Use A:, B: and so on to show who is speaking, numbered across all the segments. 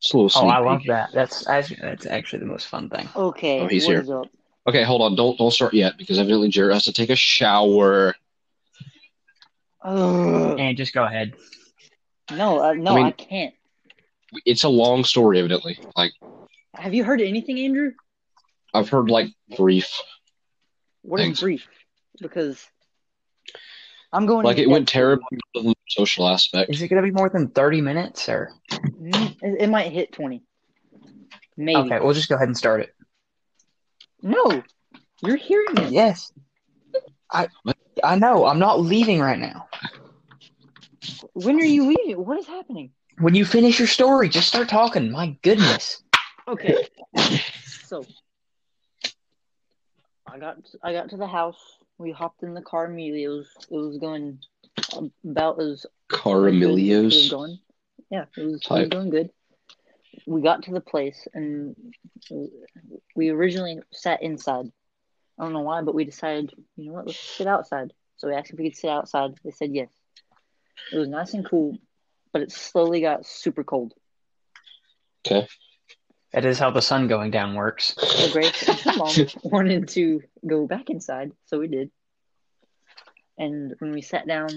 A: Just a little
B: Oh,
A: sneak
B: I love
A: peek.
B: that. That's actually, that's actually the most fun thing.
C: Okay.
A: Oh, he's
C: what
A: here.
C: is up?
A: Okay, hold on. Don't don't start yet because evidently Jared has to take a shower.
C: Ugh.
B: And just go ahead.
C: No, uh, no,
A: I
C: I,
A: mean-
C: can't.
A: It's a long story, evidently. Like
C: Have you heard anything, Andrew?
A: I've heard like brief.
C: What is
A: Thanks.
C: brief? Because I'm going.
A: Like
C: into
A: it went
C: depth.
A: terribly on the social aspect.
B: Is it going to be more than 30 minutes or?
C: Mm, It, it might hit twenty. Maybe.
B: Okay, we'll just go ahead and start it.
C: No, you're hearing it.
B: Yes. I I know. I'm not leaving right now.
C: When are you leaving? What is happening?
B: When you finish your story, just start talking. My goodness.
C: Okay. so I got I got to the house. We hopped in the car immediately. It was, it was going about as It was
A: Caramelios.
C: going, yeah, it was, it was
A: Type.
C: going good. We got to the place and we originally sat inside. I don't know why, but we decided, you know what, let's sit outside. So we asked if we could sit outside. They said yes. It was nice and cool, but it slowly got super cold.
A: Okay.
B: That is how the sun going down works.
C: So Grace and her mom wanted to go back inside, so we did. And when we sat down,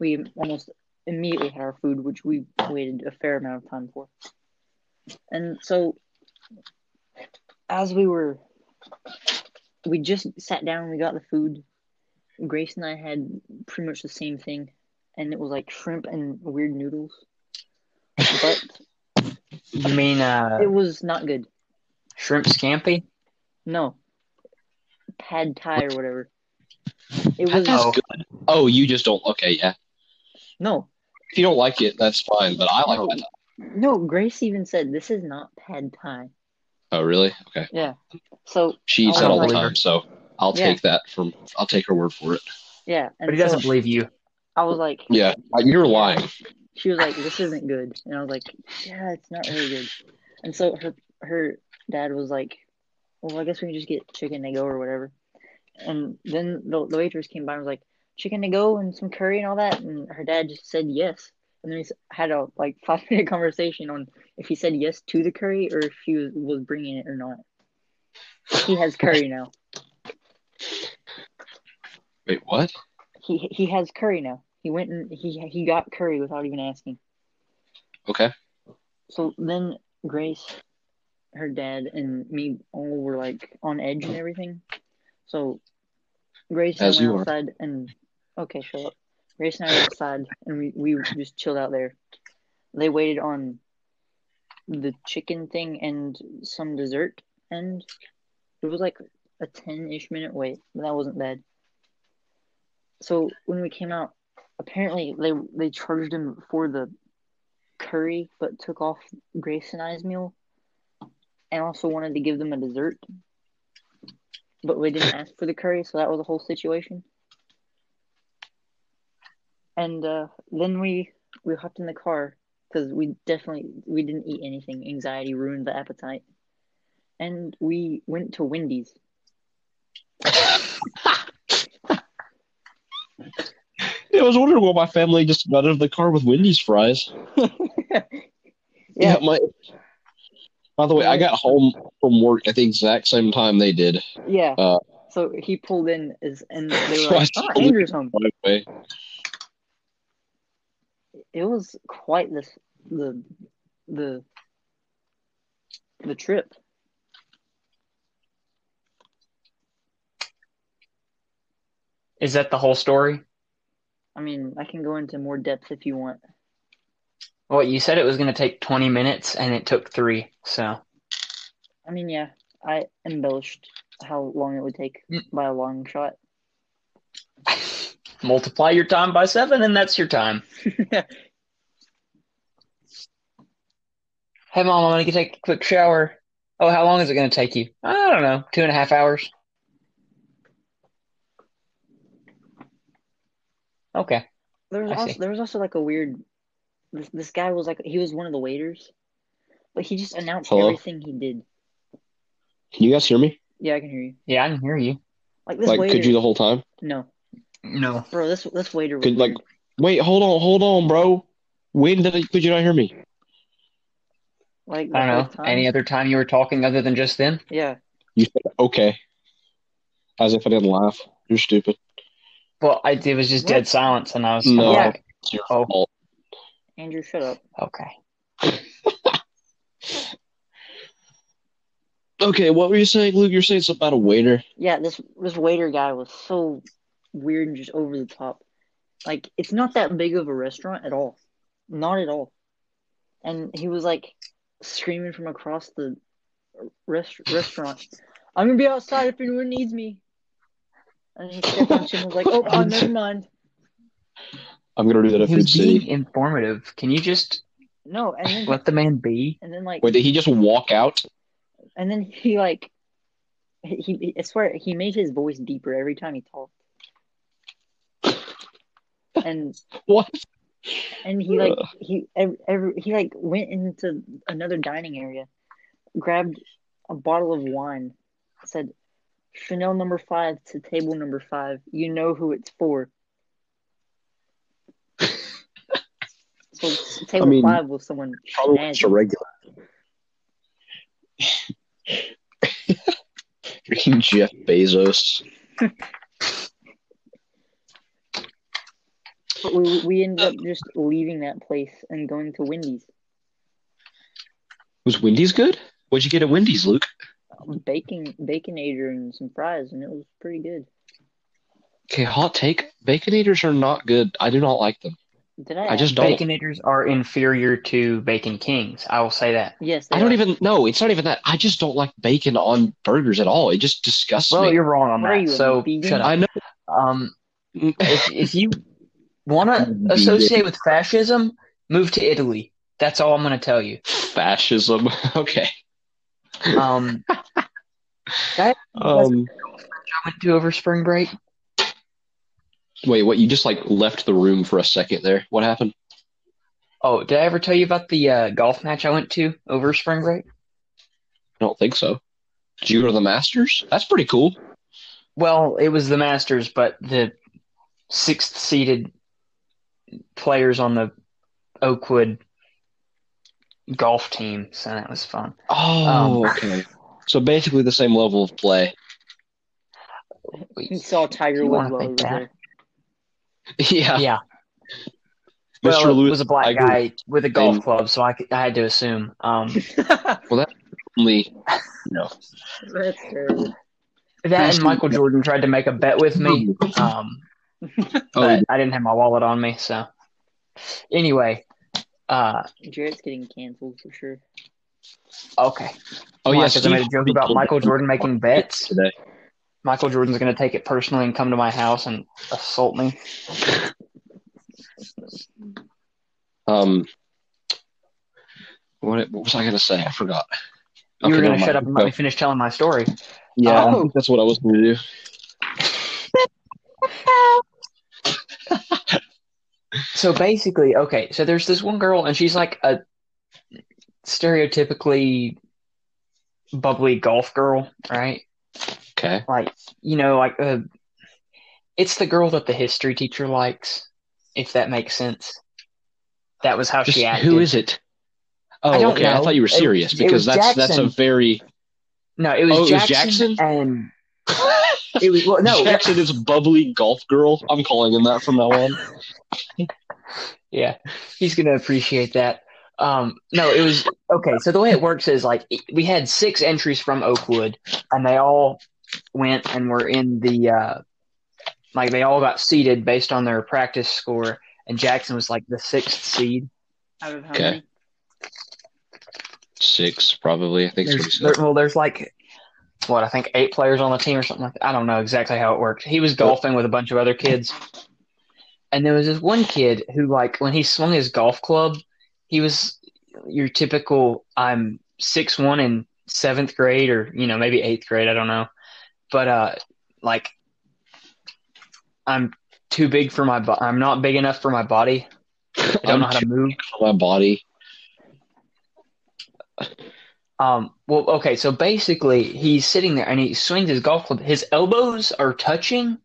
C: we almost immediately had our food, which we waited a fair amount of time for. And so, as we were, we just sat down, we got the food. Grace and I had pretty much the same thing, and it was like shrimp and weird noodles. But
B: You mean uh,
C: it was not good.
B: shrimp scampi?
C: No. Pad Thai or whatever. It was
A: That's good. Oh, you just don't. Okay, yeah.
C: no,
A: If you don't like it, that's fine. But I like
C: No.
A: that.
C: no. Grace even said this is not Pad Thai.
A: Oh, really? Okay.
C: So
A: She eats that all the
C: Oh,
A: time, so I'll
C: Yeah.
A: take that from. I'll take her word for it.
C: yeah, and
B: But he doesn't
C: so
B: believe you.
C: I was like,
A: Yeah, like, you're lying.
C: she was like, this isn't good, and I was like, yeah, it's not really good. And so her her dad was like, well, I guess we can just get chicken to go or whatever. And then the, the waitress came by and was like, chicken to go and some curry and all that. And her dad just said yes. And then we s- had a like five minute conversation on if he said yes to the curry or if he was, was bringing it or not. He has curry now.
A: Wait, what?
C: He he has curry now. He went and he he got curry without even asking.
A: Okay.
C: So then Grace, her dad, and me all were like on edge and everything. So Grace
A: As
C: and I
A: you
C: went
A: are.
C: outside and okay, shut up. Grace and I went outside and we, we just chilled out there. They waited on the chicken thing and some dessert and it was like a ten ish minute wait, but that wasn't bad. So when we came out, apparently they they charged him for the curry, but took off Grace and I's meal, and also wanted to give them a dessert, but we didn't ask for the curry, so that was a whole situation. And uh, then we we hopped in the car because we definitely we didn't eat anything. Anxiety ruined the appetite, and we went to Wendy's.
A: Yeah, I was wondering why my family just got out of the car with Wendy's fries. Yeah, my. By the way, I got home from work at the exact same time they did.
C: Yeah.
A: Uh,
C: so he pulled in as, and they
A: So
C: were
A: I
C: like,
A: just
C: oh,
A: pulled in."
C: Andrew's home.
A: By the way,
C: It was quite this the the the trip.
B: Is that the whole story?
C: I mean, I can go into more depth if you want.
B: Well, you said it was going to take 20 minutes, and it took three. So
C: I mean, yeah, I embellished how long it would take
A: Hmm.
B: Mm.
C: by a long shot.
B: multiply your time by seven, and that's your time. Hey, mom, I'm going to take a quick shower. Oh, how long is it going to take you? I don't know. Two and a half hours. Okay.
C: There was
B: I
C: also
B: see.
C: there was also like a weird. This, this guy was like he was one of the waiters, but he just announced
A: Hello?
C: everything he did.
A: can you guys hear me?
C: Yeah, I can hear you.
B: Yeah, I can hear you.
C: Like this
A: like,
C: waiter.
A: could you the whole time?
C: no,
B: No.
C: bro, this this waiter. Was
A: Could like,
C: weird.
A: wait, hold on, hold on, bro. When did I, could you not hear me?
C: Like
B: I
C: the
B: don't
C: whole
B: know.
C: time?
B: Any other time you were talking other than just then?
C: Yeah.
A: You said okay, as if I didn't laugh. You're stupid.
B: Well, I, it was just
C: What?
B: dead silence, and I was
A: No.
B: like,
A: It's your
B: Oh.
A: fault.
C: Andrew, shut up.
B: okay.
A: Okay, what were you saying, Luke? You're saying something about a waiter.
C: Yeah, this this waiter guy was so weird and just over the top. Like it's not that big of a restaurant at all. Not at all. And he was like screaming from across the rest- restaurant, I'm gonna be outside if anyone needs me. And he stepped on shit and was like, Oh, oh never mind.
A: I'm gonna do that at
B: He
A: Food
B: was
A: City.
B: being informative. Can you just
C: No, and then
B: let the man be?
C: and then like
A: Wait, did he just walk out?
C: and then he like he, he I swear he made his voice deeper every time he talked. And
A: What?
C: and he like he every, every he like went into another dining area, grabbed a bottle of wine, said Chanel number five to table number five. You know who it's for. so table
A: mean,
C: five was someone
A: Probably just a
C: snazzy.
A: regular. Freaking Jeff Bezos.
C: But we, we ended up just leaving that place and going to Wendy's.
A: Was Wendy's good? What'd you get at Wendy's, Luke?
C: Bacon baconator and some fries and it was pretty good.
A: Okay, hot take. Baconators are not good. I do not like them.
C: Did I
A: I just don't.
C: ask-
B: Baconators are inferior to Bacon Kings. I will say that.
C: Yes,
A: I
C: they
A: don't
C: are.
A: even know. It's not even that. I just don't like bacon on burgers at all. It just disgusts
B: Well,
A: me.
B: you're wrong on
C: What are
B: that.
C: you, a
B: so
C: vegan?
B: shut up.
A: I know.
B: Um, if, if you want to associate with fascism, move to Italy. That's all I'm going to tell you.
A: Fascism. Okay.
B: Um,
A: Um,
B: I went to over spring break.
A: wait, what? You just like left the room for a second there. What happened?
B: Oh, did I ever tell you about the uh, golf match I went to over spring break?
A: I don't think so. Did you go to the Masters? That's pretty cool.
B: Well, it was the Masters, but the sixth seeded players on the Oakwood golf team, so that was fun.
A: Oh,
B: Um.
A: okay. So basically the same level of play.
C: He saw Tiger
B: You wanna
C: Woods while
B: think
C: over
B: that?
C: there.
A: Yeah.
B: Yeah.
A: Mr.
B: Well, it
A: Lewis
B: was a black
A: Tiger
B: guy with a golf
A: And-
B: club, so I, could- I had to assume. Um,
A: only. No.
C: That's terrible.
B: that and
A: Asking-
B: Michael Jordan tried to make a bet with me, um,
A: Oh,
B: but I didn't have my wallet on me. So, anyway, uh,
C: Jarrett's getting canceled for sure.
B: okay.
A: oh
B: Why?
A: yeah.
B: 'Cause I made a
A: Steve
B: joke
A: Harvey
B: about
A: told
B: Michael
A: me
B: Jordan making bets.
A: today.
B: Michael Jordan's going to take it personally and come to my house and assault me.
A: Um, what, what was I gonna say? I forgot.
B: You were
A: Okay,
B: going
A: never
B: to shut up
A: mind.
B: and let me finish telling my story.
A: Yeah, I
B: Oh.
A: think that's what I was gonna do.
B: So basically, okay, so there's this one girl, and she's like a stereotypically bubbly golf girl, right?
A: Okay.
B: Like, you know, like uh, it's the girl that the history teacher likes, if that makes sense. That was how
A: Just
B: she acted.
A: who is it? Oh,
B: I don't
A: okay. I
B: know.
A: thought you were
B: It-
A: serious
B: it
A: because
B: was
A: that's that's a
B: Jackson.
A: very
B: No, it was
A: Oh, it was
B: Jackson,
A: Jackson?
B: and it was well, no,
A: Jackson is bubbly golf girl. I'm calling him that from now on.
B: Yeah, he's gonna appreciate that. Um, no, it was okay. So the way it works is like we had six entries from Oakwood, and they all went and were in the uh, like they all got seeded based on their practice score, and Jackson was like the sixth seed.
C: Out of how
A: Okay.
C: many?
A: Six, probably. I think it's
B: There's,
A: what he
B: there,
A: said.
B: well, there's like what I think eight players on the team or something like that. I don't know exactly how it worked. He was golfing with a bunch of other kids, and there was this one kid who, like, when he swung his golf club, he was your typical I'm six one in seventh grade or you know maybe eighth grade. I don't know, but uh, like I'm too big for my bo- I'm not big enough for my body. I don't
A: I'm
B: know how to move.
A: My body.
B: Um, well, okay, so basically he's sitting there and he swings his golf club. His elbows are touching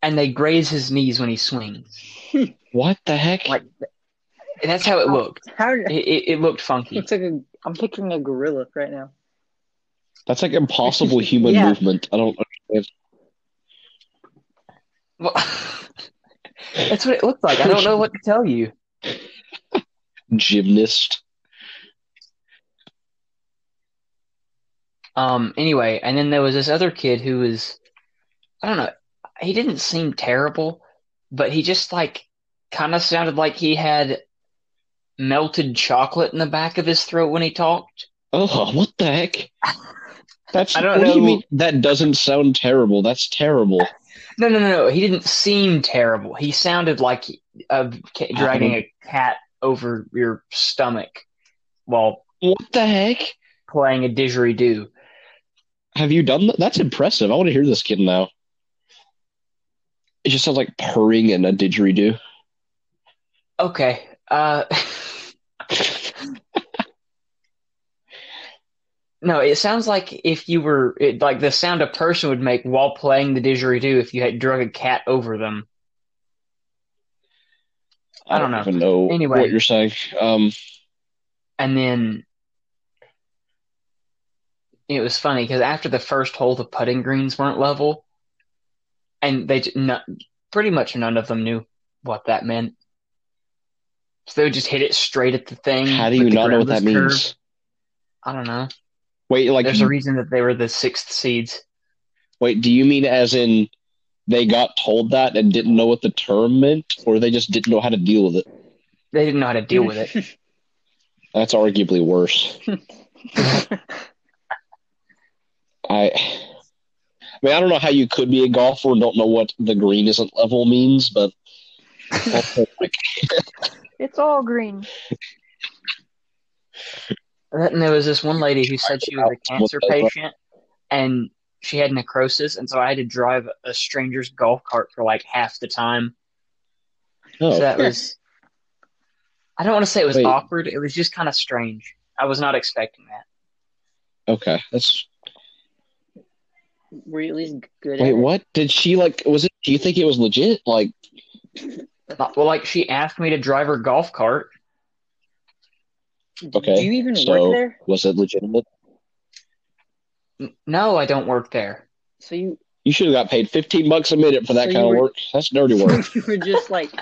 B: and they graze his knees when he swings.
A: What the heck?
B: Like- And that's how it looked.
C: How did
B: It, it, it looked funky.
C: it's like a I'm picturing a gorilla right now.
A: That's like impossible human
C: Yeah.
A: movement. I don't.
B: Well, that's what it looked like. I don't know what to tell you.
A: Gymnast.
B: Um. Anyway, and then there was this other kid who was, I don't know, he didn't seem terrible, but he just like kind of sounded like he had melted chocolate in the back of his throat when he talked.
A: Oh, what the heck? That's
B: I don't
A: what do you
B: know.
A: mean? That doesn't sound terrible. That's terrible.
B: No, no, no, no. He didn't seem terrible. He sounded like uh, ca- dragging a cat over your stomach while
A: What the heck?
B: playing a didgeridoo.
A: Have you done that? That's impressive. I want to hear this kid now. It just sounds like purring and a didgeridoo.
B: Okay. Uh, no, it sounds like if you were it, like the sound a person would make while playing the didgeridoo if you had drug a cat over them. I don't know.
A: even know
B: Anyway.
A: what you're saying. Um,
B: And then it was funny because after the first hole, the putting greens weren't level, and they j- no, pretty much none of them knew what that meant. So they would just hit it straight at the thing.
A: how do
B: Mm, with
A: you
B: the
A: not know what that
B: ground was
A: means?
B: curved. I don't know.
A: Wait, like,
B: There's a reason that they were the sixth seeds.
A: wait. Do you mean as in they got told that and didn't know what the term meant, or they just didn't know how to deal with it?
B: They didn't know how to deal with it.
A: That's arguably worse. I, I mean, I don't know how you could be a golfer and don't know what the green isn't level means, but also, like,
C: it's all green.
B: And there was this one lady who said she was a cancer patient and she had necrosis, and so I had to drive a stranger's golf cart for like half the time. So
A: oh,
B: that was. I don't want to say it was
A: Wait.
B: awkward. It was just kind of strange. I was not expecting that.
A: okay, that's
C: Were you at least good
A: Wait,
C: at
A: what? Did she like? Was it? Do you think it was legit? Like,
B: Not- Well, like she asked me to drive her golf cart.
C: it?
A: okay,
C: Do you even
A: so-
C: work there?
A: was it legitimate?
B: N- No, I don't work there.
C: So you,
A: You should have got paid fifteen bucks a minute for that
C: So
A: kind
C: you
A: of
C: were-
A: work. That's dirty work.
C: you were just like,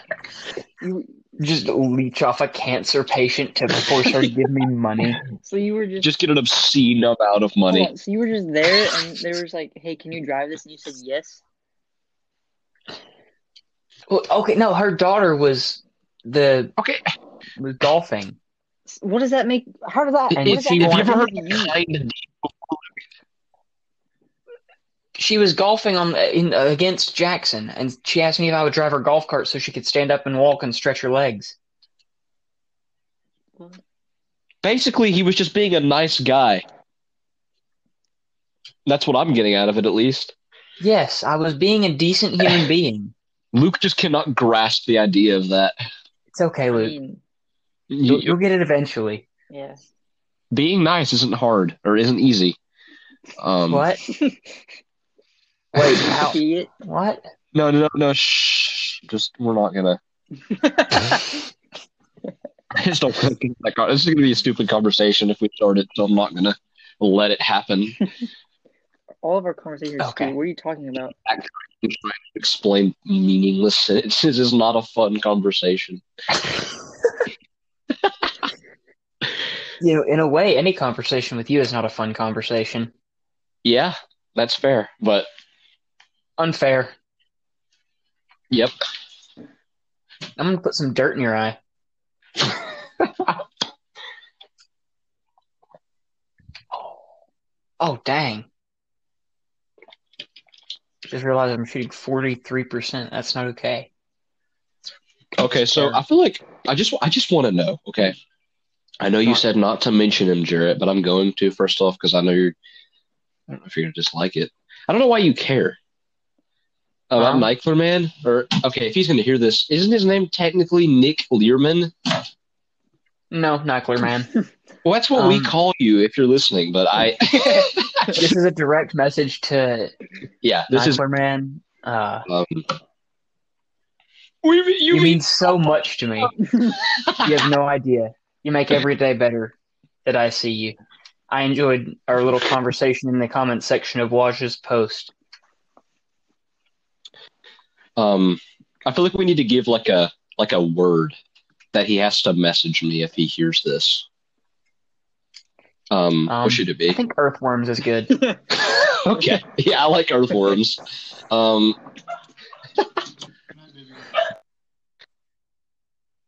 C: you.
B: Just leech off a cancer patient to force her to give me money.
C: So you were just,
A: Just get an obscene amount of
C: hold
A: money.
C: on, so you were just there, and there was like, hey, can you drive this? And you said yes.
B: Well, okay, no, her daughter was the
A: Okay,
B: was golfing.
C: What does that make? How does that?
B: And
C: what does
B: see, have
C: that
B: you
C: have
B: ever
C: to do with you?
B: she was golfing on in against Jackson, and she asked me if I would drive her golf cart so she could stand up and walk and stretch her legs.
A: Basically, he was just being a nice guy. That's what I'm getting out of it, at least.
B: Yes, I was being a decent human being.
A: Luke just cannot grasp the idea of that.
B: It's okay,
C: I
B: Luke.
C: mean,
B: You'll,
A: You,
B: you'll get it eventually.
C: yeah.
A: being nice isn't hard or isn't easy. Um,
B: What? Wait, how?
C: See it?
B: What?
A: No, no, no, no. Shh. Just we're not gonna. I just don't think it's like this is gonna be a stupid conversation if we start it, so I'm not gonna let it happen.
C: All of our conversations. are
B: Okay.
C: stupid. What are you talking about?
A: I'm trying to explain meaningless sentences is not a fun conversation.
B: You know, in a way, any conversation with you is not a fun conversation.
A: Yeah, that's fair. But
B: Unfair.
A: yep.
B: I'm gonna put some dirt in your eye. oh, dang. Just realized I'm shooting 43%. That's not okay.
A: Okay, so I feel like I just I just want to know. Okay, I know you said not to mention him, Jarrett, but I'm going to first off because I know you're. I don't know if you're gonna dislike it. I don't know why you care. Um,
B: Um,
A: I'm Nyckler man, or okay, if he's gonna hear this, isn't his name technically Nick Learman?
B: No, not clear, man.
A: Well, that's what we
B: Um,
A: call you if you're listening. But I,
B: this is a direct message to
A: yeah, this
B: not
A: is.
B: clear, man. Uh,
A: Um, we,
B: you mean so much to me. You have no idea. You make every day better. that I see you. I enjoyed our little conversation in the comment section of Waj's post.
A: Um, I feel like we need to give like a like a word that he has to message me if he hears this. Um,
B: Um,
A: what should it
B: I
A: be?
B: think earthworms is good.
A: okay, yeah, I like earthworms. Um,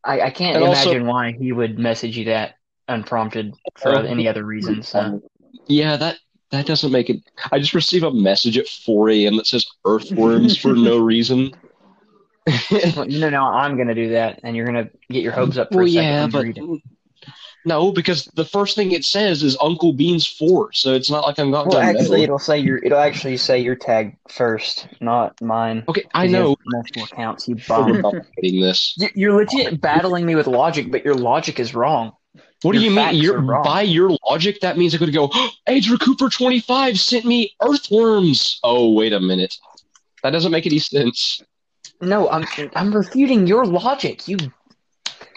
B: I, I can't
A: And also-
B: imagine why he would message you that unprompted for
A: Oh.
B: any other reason. So
A: yeah, that that doesn't make it. I just received a message at 4 a.m. that says earthworms for no reason.
B: Well, you know now I'm gonna do that, and you're gonna get your hopes up for
A: well,
B: a second.
A: yeah,
B: and
A: but
B: read it.
A: no, because the first thing it says is Uncle Bean's four, so it's not like I'm not.
B: well,
A: done
B: actually,
A: meddling.
B: it'll say your it'll actually say your tag first, not mine.
A: okay, I
B: 'Cause you have
A: know.
B: multiple accounts. You bomb.
A: Overcomplicating this.
B: You- You're legit battling me with logic, but your logic is wrong.
A: What do
B: Your
A: you
B: facts
A: mean?
B: are
A: Your,
B: wrong.
A: by your logic, that means I could go, Age Recooper 25 sent me earthworms. Oh, wait a minute. That doesn't make any sense.
B: No, I'm I'm refuting your logic. You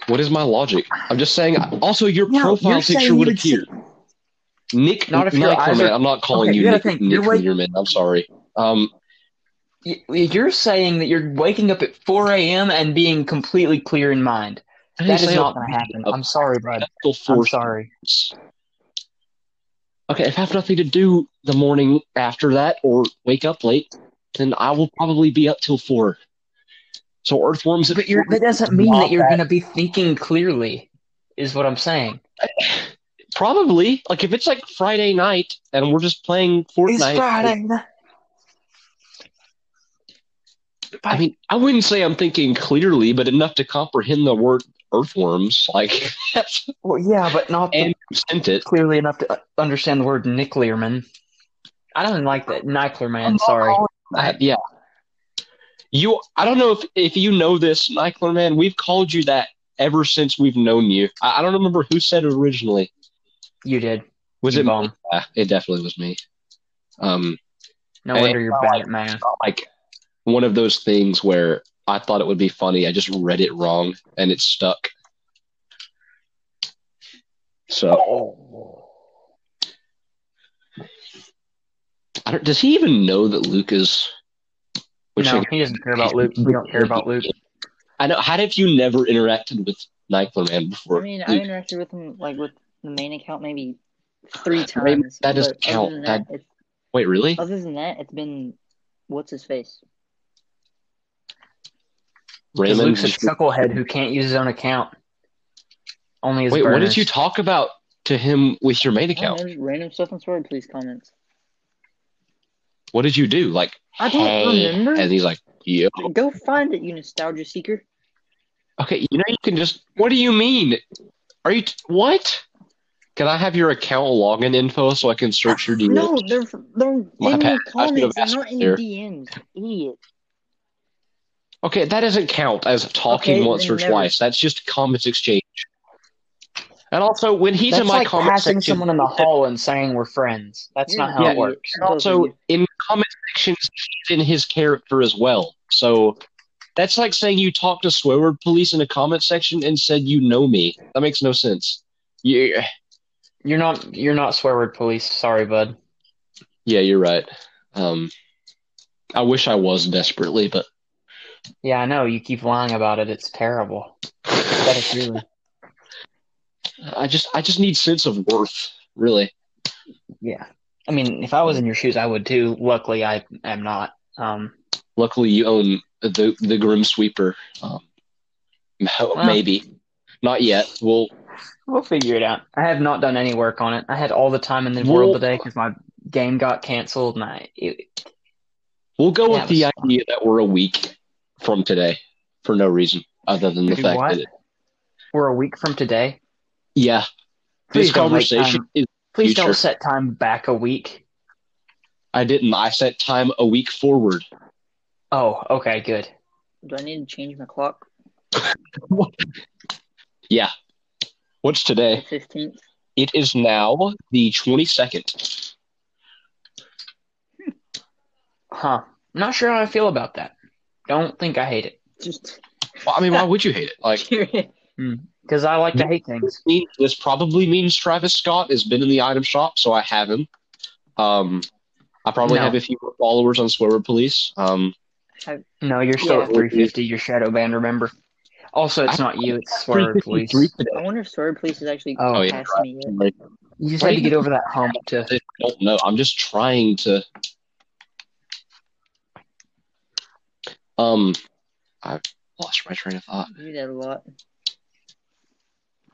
A: What is my logic? I'm just saying, also, your
B: No,
A: profile
B: you're
A: picture
B: saying
A: would
B: you would
A: appear. Nick,
B: Not
A: not
B: if
A: if
B: your eyes are-
A: I'm not calling
B: Okay, you
A: you
B: gotta
A: Nick,
B: think,
A: Nick
B: you're
A: from
B: like-
A: your men. I'm sorry. Um,
B: y- you're saying that you're waking up at 4 a.m. and being completely clear in mind.
A: I didn't
B: That is
A: say
B: not
A: I-
B: going to happen. I'm sorry, bud.
A: Still
B: I'm
A: four
B: sorry.
A: things. Okay, if I have nothing to do the morning after that or wake up late, then I will probably be up till four. So earthworms at
B: But you're,
A: four-
B: that doesn't mean that
A: Not
B: you're
A: that-
B: going to be thinking clearly, is what I'm saying.
A: Probably. Like if it's like Friday night and we're just playing Fortnite. I mean, I wouldn't say I'm thinking clearly, but enough to comprehend the word earthworms. Like that's
B: Well, yeah, but not
A: and who sent it.
B: clearly enough to uh, understand the word Nickler, man. I don't even like that. Nickler, man. Sorry.
A: I- yeah. You I don't know if, if you know this, Nycler man, we've called you that ever since we've known you. I, I don't remember who said it originally.
B: You did.
A: Was
B: You
A: it
B: bum.
A: Yeah, it definitely was me. Um
B: No
A: Hey,
B: wonder you're bad at math.
A: not like one of those things where I thought it would be funny. I just read it wrong and it stuck. So I don't, does he even know that Luke is? Which
B: No,
A: I,
B: he doesn't care about Luke. We don't care about Luke.
A: I know. How have you never interacted with Nightclare Man
C: I
A: before?
C: mean, I
A: Luke?
C: interacted with him like with the main account maybe three
A: Maybe
C: times.
A: that doesn't
C: but other
A: count.
C: than that, it's-
A: Wait, really?
C: Other than that, it's been what's his face?
B: Because
A: Raymond?
B: Luke's a chucklehead who can't use his own account. Only his
A: wait, what
B: burners.
A: did you talk about to him with your main
C: I don't
A: account?
C: know, just random stuff on Sword, please comments.
A: What did you do? Like,
C: I don't
A: hey,
C: remember.
A: and he's like, yeah.
C: Go find it, you nostalgia seeker.
A: Okay, you know you can just. What do you mean? Are you t- what? Can I have your account login info so I can search your DMs?
C: No, they're they're
A: My
C: in
A: bad. I
C: the
A: should've
C: comments, they're
A: asked
C: not in
A: there.
C: the DMs. Idiot.
A: Okay, that doesn't count as talking
C: Okay,
A: once
C: then
A: or
C: never-
A: twice. That's just comments exchange. And also, when he's
B: That's
A: in my
B: like
A: comment
B: passing
A: section,
B: someone in the hall and saying we're friends. That's
C: You're
B: not how
C: an
B: it
C: idiot.
B: works.
A: and also in comment sections, he's in his character as well. So that's like saying you talked to swear word police in a comment section and said you know me. That makes no sense. Yeah,
B: You're not. You're not swear word police. Sorry, bud.
A: yeah, you're right. Um, I wish I was desperately, but
B: Yeah, I know. You keep lying about it. It's terrible. That is really.
A: I just I just need sense of worth, really.
B: Yeah. I mean, if I was in your shoes, I would too. Luckily, I am not. Um.
A: Luckily, you own the the Grim Sweeper. Um, ho-
B: Well.
A: maybe not yet. Well,
B: We'll figure it out. I have not done any work on it. I had all the time in the
A: Well-
B: world today because my game got canceled, and I. It,
A: we'll go
B: Yeah,
A: with the
B: it
A: idea that we're a week from today for no reason other than the
B: Do
A: fact
B: what?
A: that it,
B: we're a week from today.
A: yeah,
B: Please
A: this
B: don't make
A: conversation
B: time-
A: is.
B: Please
A: future.
B: don't set time back a week.
A: I didn't. I set time a week forward.
B: Oh, okay, good.
C: Do I need to change my clock?
A: Yeah. What's
C: The
A: today?
C: fifteenth.
A: It is now the twenty second.
B: Huh. I'm not sure how I feel about that. Don't think I hate it.
C: Just
A: Well, I mean, why would you hate it? Like,
C: curious.
B: because I like to hate things.
A: mean- this probably means Travis Scott has been in the item shop, so I have him. Um, I probably
B: No.
A: have a few more followers on Swear Word Police. Um,
B: No, you're still
C: Yeah.
B: at 350. You're shadow banned. Remember. Also, it's
A: I-
B: not you. It's Swerve, please.
A: 353 today.
C: I wonder if Sword Police is actually
B: Oh,
A: yeah.
C: past me yet.
A: Like,
B: You just had to get over that hump to.
A: I don't know. I'm just trying to. Um, I lost my train of thought.
C: I do that a lot.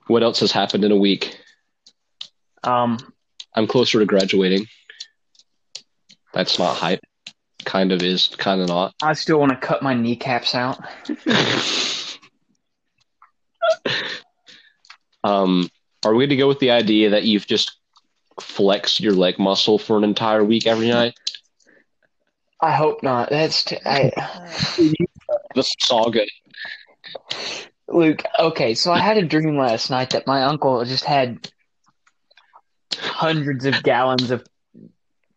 A: What else has happened in a week?
B: Um,
A: I'm closer to graduating. That's not hype. Kind of is, kind of not.
B: I still want to cut my kneecaps out.
A: um, are we going to go with the idea that you've just flexed your leg muscle for an entire week every night?
B: I hope not. That's t- I,
C: Uh,
A: The saga.
B: Luke. Okay, so I had a dream last night that my uncle just had hundreds of gallons of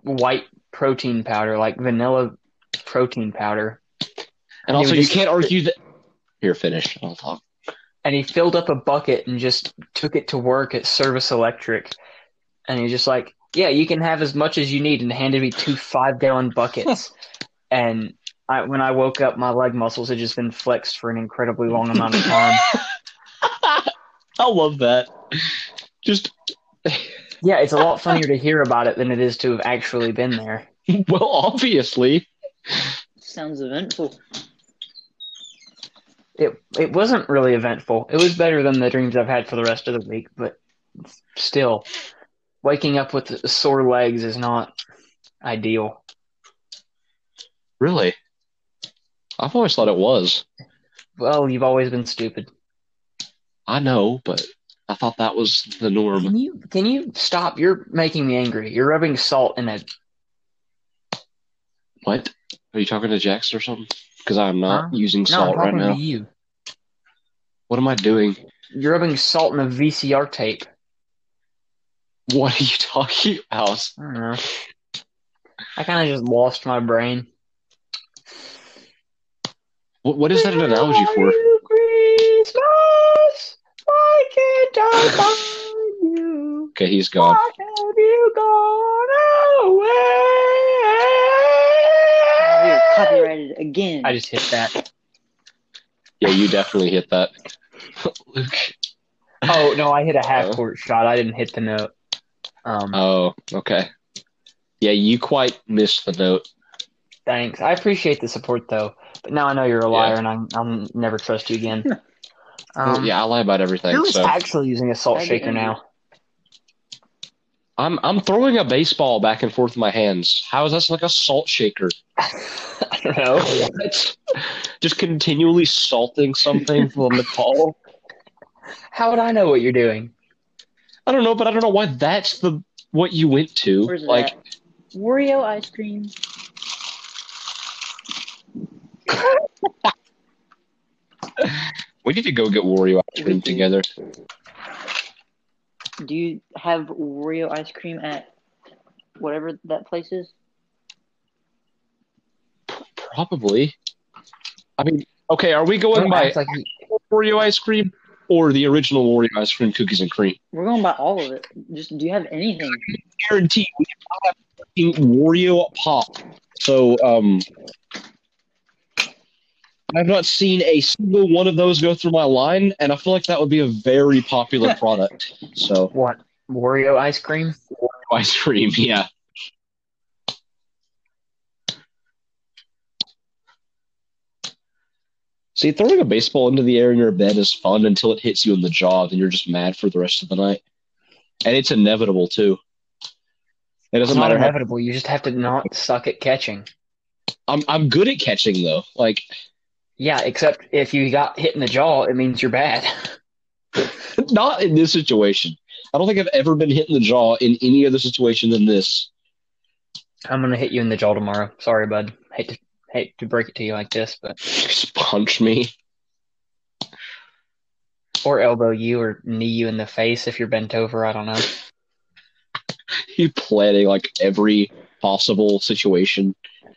B: white protein powder, like vanilla protein powder,
A: And
B: I mean,
A: also,
B: we
A: you
B: just-
A: can't argue that. Here, finish. I'll talk.
B: and he filled up a bucket and just took it to work at Service Electric. And he's just like, "Yeah, you can have as much as you need," and handed me two five gallon buckets. and I, when I woke up, my leg muscles had just been flexed for an incredibly long amount of
A: Um,
B: time.
A: I love that. Just,
B: yeah, it's a lot funnier to hear about it than it is to have actually been there.
A: well, obviously.
C: Sounds eventful.
B: It it wasn't really eventful. It was better than the dreams I've had for the rest of the week, but still, waking up with sore legs is not ideal.
A: Really? I've always thought it was.
B: Well, you've always been stupid.
A: I know, but I thought that was the norm.
B: Can you can you stop? You're making me angry. You're rubbing salt in it.
A: What? Are you talking to Jax or something? Because I'm not
B: Huh?
A: using
B: No, I'm
A: salt right
B: talking
A: now.
B: to you.
A: What am I doing?
B: You're rubbing salt in a VCR tape.
A: What are you talking about?
B: I don't know. I kind of just lost my brain.
A: What, what is that an analogy for?
B: Christmas. Why can't I find you?
A: Okay, he's gone.
B: have you gone
C: We are copyrighted again.
B: I just hit that.
A: Yeah, you definitely hit that. Luke.
B: Oh no, I hit a half
A: Oh.
B: court shot. I didn't hit the note. Um,
A: Oh, okay. Yeah, you quite missed the note.
B: Thanks. I appreciate the support, though. But now I know you're a liar, and I'm, I'll never trust you again. Um,
A: yeah, I lie about everything.
B: who is
A: So
B: actually using a salt
C: I get
B: shaker now?
A: I'm I'm throwing a baseball back and forth in my hands. How is that like a salt shaker?
B: I don't know.
A: What? Just continually salting something from the ball.
B: How would I know what you're doing?
A: I don't know, but I don't know why that's the what you went to.
C: Where's
A: like
C: that? Wario ice cream.
A: we need to go get Wario ice cream
C: We do.
A: together.
C: Do you have Wario ice cream at whatever that place is?
A: Probably. I mean, okay, are we going
B: Don't
A: by
B: act like you-
A: Oreo ice cream or the original Oreo ice cream cookies and cream?
C: We're going by all of it. Just do you have anything?
A: Guarantee we have fucking Wario pop. So, um, I've not seen a single one of those go through my line, and I feel like that would be a very popular product. So,
B: what Wario ice cream?
A: ice cream, yeah. See, throwing a baseball into the air in your bed is fun until it hits you in the jaw, then you're just mad for the rest of the night. And it's inevitable too. It
B: It's
A: doesn't
B: not
A: matter how
B: inevitable. You just have to not suck at catching.
A: I'm I'm good at catching though. Like
B: Yeah, except if you got hit in the jaw, it means you're bad.
A: not in this situation. I don't think I've ever been hit in the jaw in any other situation than this.
B: I'm gonna hit you in the jaw tomorrow. Sorry, bud. Hate to hate to break it to you like this, but
A: Just punch me.
B: or elbow you or knee you in the face if you're bent over. I don't know.
A: You planning like every possible situation.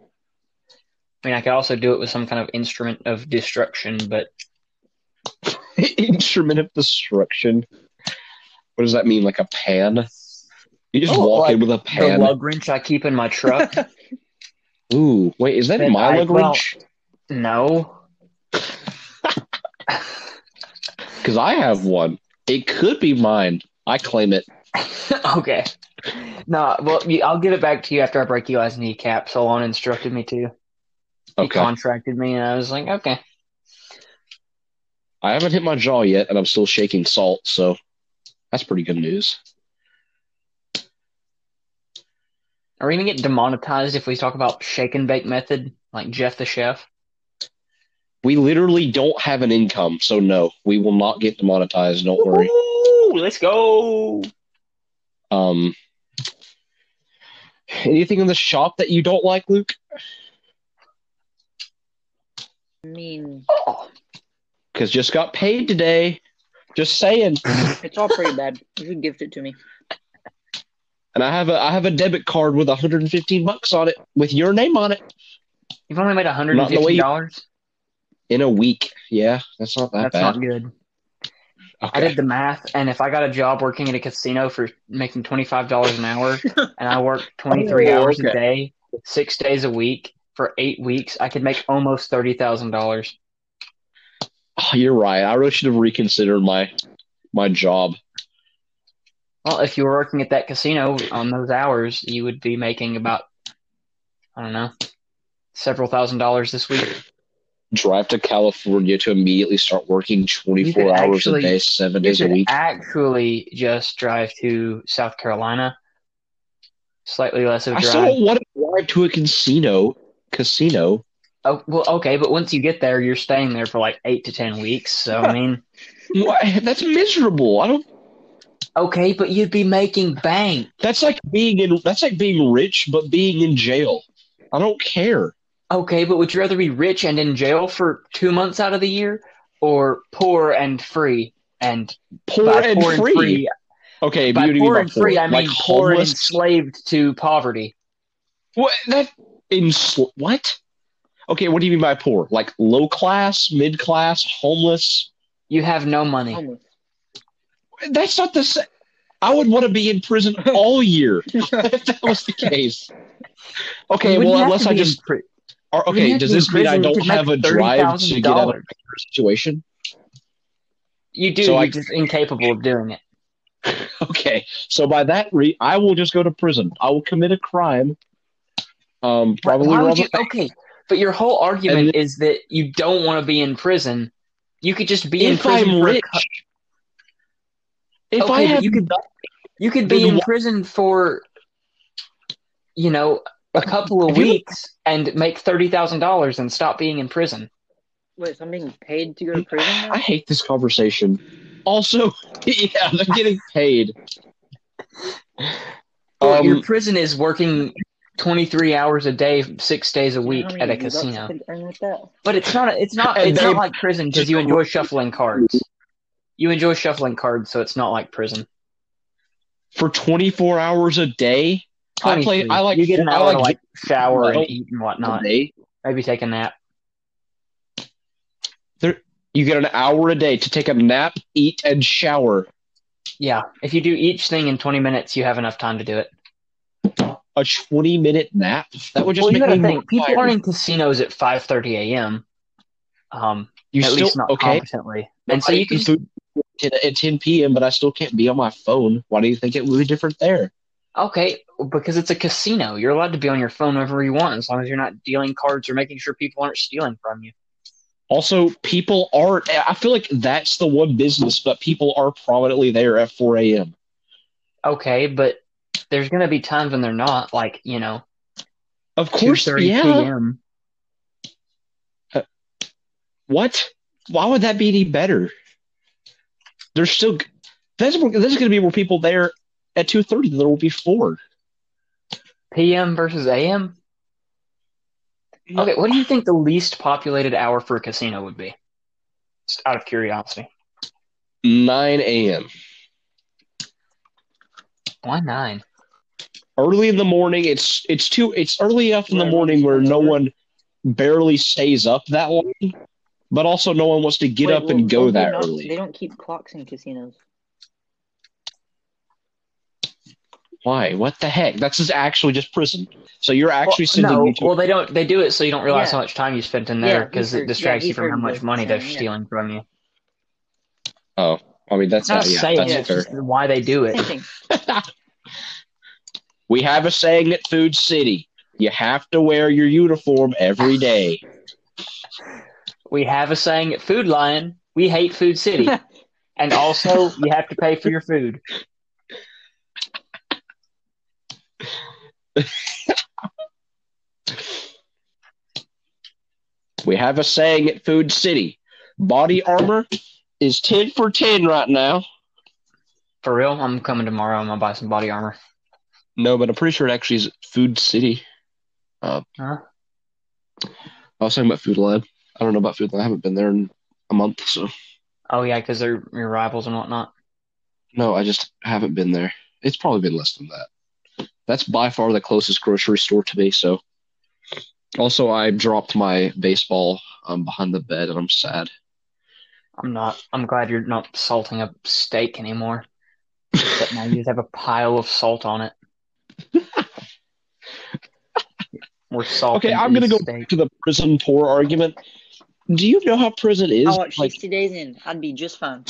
B: I mean, I could also do it with some kind of instrument of destruction, but
A: instrument of destruction. What does that mean? Like a pan? You just
B: Oh,
A: walk
B: like
A: in with a
B: The
A: pan.
B: lug wrench I keep in my truck.
A: Ooh, wait, is that
B: Then
A: in my
B: I-
A: lug
B: well-
A: wrench?
B: no.
A: Because I have one. It could be mine. I claim it.
B: okay. No, well, you- I'll give it back to you after I break Eli's kneecap. Solon instructed me to. He
A: Okay.
B: contracted me, and I was like, okay.
A: I haven't hit my jaw yet, and I'm still shaking salt, so that's pretty good news.
B: Are we gonna get demonetized if we talk about shake and bake method, like Jeff the chef?
A: We literally don't have an income, so no, we will not get demonetized. Don't worry.
B: Ooh, let's go.
A: Um, anything in the shop that you don't like, Luke?
C: I mean,
B: Oh,
A: Because just got paid today. Just saying.
C: it's all pretty bad. You should gift it to me.
A: And I have a I have a debit card with 115 bucks on it with your name on it
B: you've only made hundred and
A: Not the way
B: fifty
A: you-
B: dollars.
A: in a week. Yeah, that's not that
B: That's
A: bad.
B: not good. I
A: okay.
B: did the math, and if I got a job working at a casino for making twenty five dollars an hour, and I worked twenty three
A: Oh,
B: hours a
A: okay.
B: day, six days a week for eight weeks, I could make almost thirty thousand dollars.
A: Oh, you're right. I really should have reconsidered my my job.
B: Well, if you were working at that casino on those hours, you would be making about, I don't know, several thousand dollars this week.
A: Drive to California to immediately start working 24
B: could
A: hours
B: actually-
A: a day, seven
B: You
A: days a
B: could
A: week.
B: actually just drive to South Carolina. Slightly less of a
A: I
B: drive.
A: still don't want to drive to a casino. Casino.
B: Oh, well, okay, but once you get there, you're staying there for like eight to ten weeks. So I mean,
A: Why? That's miserable. I don't.
B: okay, but you'd be making bank.
A: That's like being in. That's like being rich, but being in jail. I don't care.
B: Okay, but would you rather be rich and in jail for two months out of the year, or poor and free? And
A: Poor,
B: by
A: and,
B: poor and
A: free.
B: free,
A: Okay,
B: by
A: you mean
B: poor
A: by
B: and free, I mean
A: like
B: poor and
A: homeless.
B: enslaved to poverty.
A: What that in sl- what? Okay, what do you mean by poor? Like low class, mid class, homeless?
B: You have no money.
C: Homeless.
A: That's not the same. I would want to be in prison all year if that was the case. Okay,
B: You wouldn't
A: well,
B: have
A: unless
B: to
A: I
B: be in
A: just
B: pri-
A: are,
B: you wouldn't
A: okay,
B: have
A: does
B: to be in
A: this mean I
B: prison, you
A: don't
B: could make
A: have a drive to get out of
B: $30,000.
A: a situation?
B: You do.
A: So
B: you're
A: I-
B: just incapable of doing it.
A: Okay, so by that, re- I will just go to prison. I will commit a crime. Um, probably
B: Why would
A: rob a
B: you? Okay, but your whole
A: And
B: argument is that you don't want to be in prison. You could just be in
A: if
B: prison
A: I'm
B: for a
A: rich,
B: cou-
A: if
B: Okay,
A: I
B: but
A: have,
B: you could- you could be
A: Then
B: in
A: why-
B: prison for, you know, a couple of
A: If you-
B: weeks and make thirty thousand dollars and stop being in prison.
C: Wait, so I'm being paid to go to prison? now?
A: I hate this conversation. Also, yeah, they're getting paid.
B: Well, your
A: Um,
B: prison is working twenty three hours a day, six days a
C: You know
B: week
C: how many
B: at a
C: bucks I
B: casino.
C: could earn with that?
B: But it's not. It's not.
A: And
B: It's
A: they-
B: not like prison because you enjoy shuffling cards. You enjoy shuffling cards, so it's not like prison.
A: for 24 hours a day, I play.
B: 23.
A: I like.
B: You get an
A: I
B: hour
A: like,
B: to like shower
A: I
B: and
A: don't-
B: eat and
A: a
B: whatnot.
A: day.
B: Maybe take a nap.
A: You get an hour a day to take a nap, eat, and shower.
B: Yeah, if you do each thing in 20 minutes, you have enough time to do it.
A: A 20 minute nap. That would just
B: well, you
A: make me
B: gotta
A: more
B: think people
A: tired.
B: are in casinos at 5:30 a.m. Um,
A: You
B: at
A: still
B: least not
A: okay?
B: competently, and so
A: I
B: you
A: eat
B: can.
A: food at 10 at 10 p.m., but I still can't be on my phone. Why do you think it would be different there?
B: Okay, because it's a casino, you're allowed to be on your phone whenever you want, as long as you're not dealing cards or making sure people aren't stealing from you.
A: Also, people are. I feel like that's the one business, but people are prominently there at 4 a.m.
B: Okay, but there's gonna be times when they're not, like you know,
A: Of course,
B: 2:30
A: yeah.
B: p.m.
A: What? Why would that be any better? There's still. That's where- this is going to be where people there at 2:30. There will be four.
B: p.m. versus a.m. Okay, what do you think the least populated hour for a casino would be? Just out of curiosity.
A: 9 a.m.
B: Why nine?
A: Early in the morning. It's it's too. It's early enough in the
C: Where
A: morning where no
C: everyone's
A: one barely stays up that long. But also, no one wants to get
C: Wait,
A: up
C: well,
A: and go
C: well, they're
A: that
C: not-
A: early.
C: They don't keep clocks in casinos.
A: Why? What the heck? That's just actually just prison. So you're actually sending
B: no,
A: me to.
B: well they don't they do it so you don't realize
C: Yeah.
B: how much time you spent in
C: Yeah,
B: there
C: we've
B: because
C: heard-
B: it
C: yeah,
B: distracts you
C: we've
B: from how
C: heard
B: much
C: those
B: money they're
C: things, yeah.
B: stealing from you.
A: oh, I mean that's
B: It's not
A: not,
B: a
A: yeah,
B: saying,
A: that's
B: it's
A: fair.
B: just why they do it.
C: Same thing.
A: We have a saying at Food City: you have to wear your uniform every day.
B: We have a saying at Food Lion, we hate Food City. and also you have to pay for your food.
A: We have a saying at Food City: body armor is ten for ten right now.
B: For real, I'm coming tomorrow. I'm gonna buy some body armor.
A: No, but I'm pretty sure it actually is Food City. Uh,
B: Huh?
A: I was talking about Food Lab. I don't know about Food Lab. I haven't been there in a month, so
B: Oh yeah, because they're your rivals and whatnot.
A: no, I just haven't been there. It's probably been less than that. That's by far the closest grocery store to me. So, also, I dropped my baseball um, behind the bed, and I'm sad.
B: I'm not. I'm glad you're not salting a steak anymore. Except now you just have a pile of salt on it. We're salting.
A: Okay, I'm gonna
B: this
A: go
B: steak.
A: back to the prison poor argument. Do you know how prison is?
C: I watched
A: Like,
C: 60 Days in. I'd be just fine.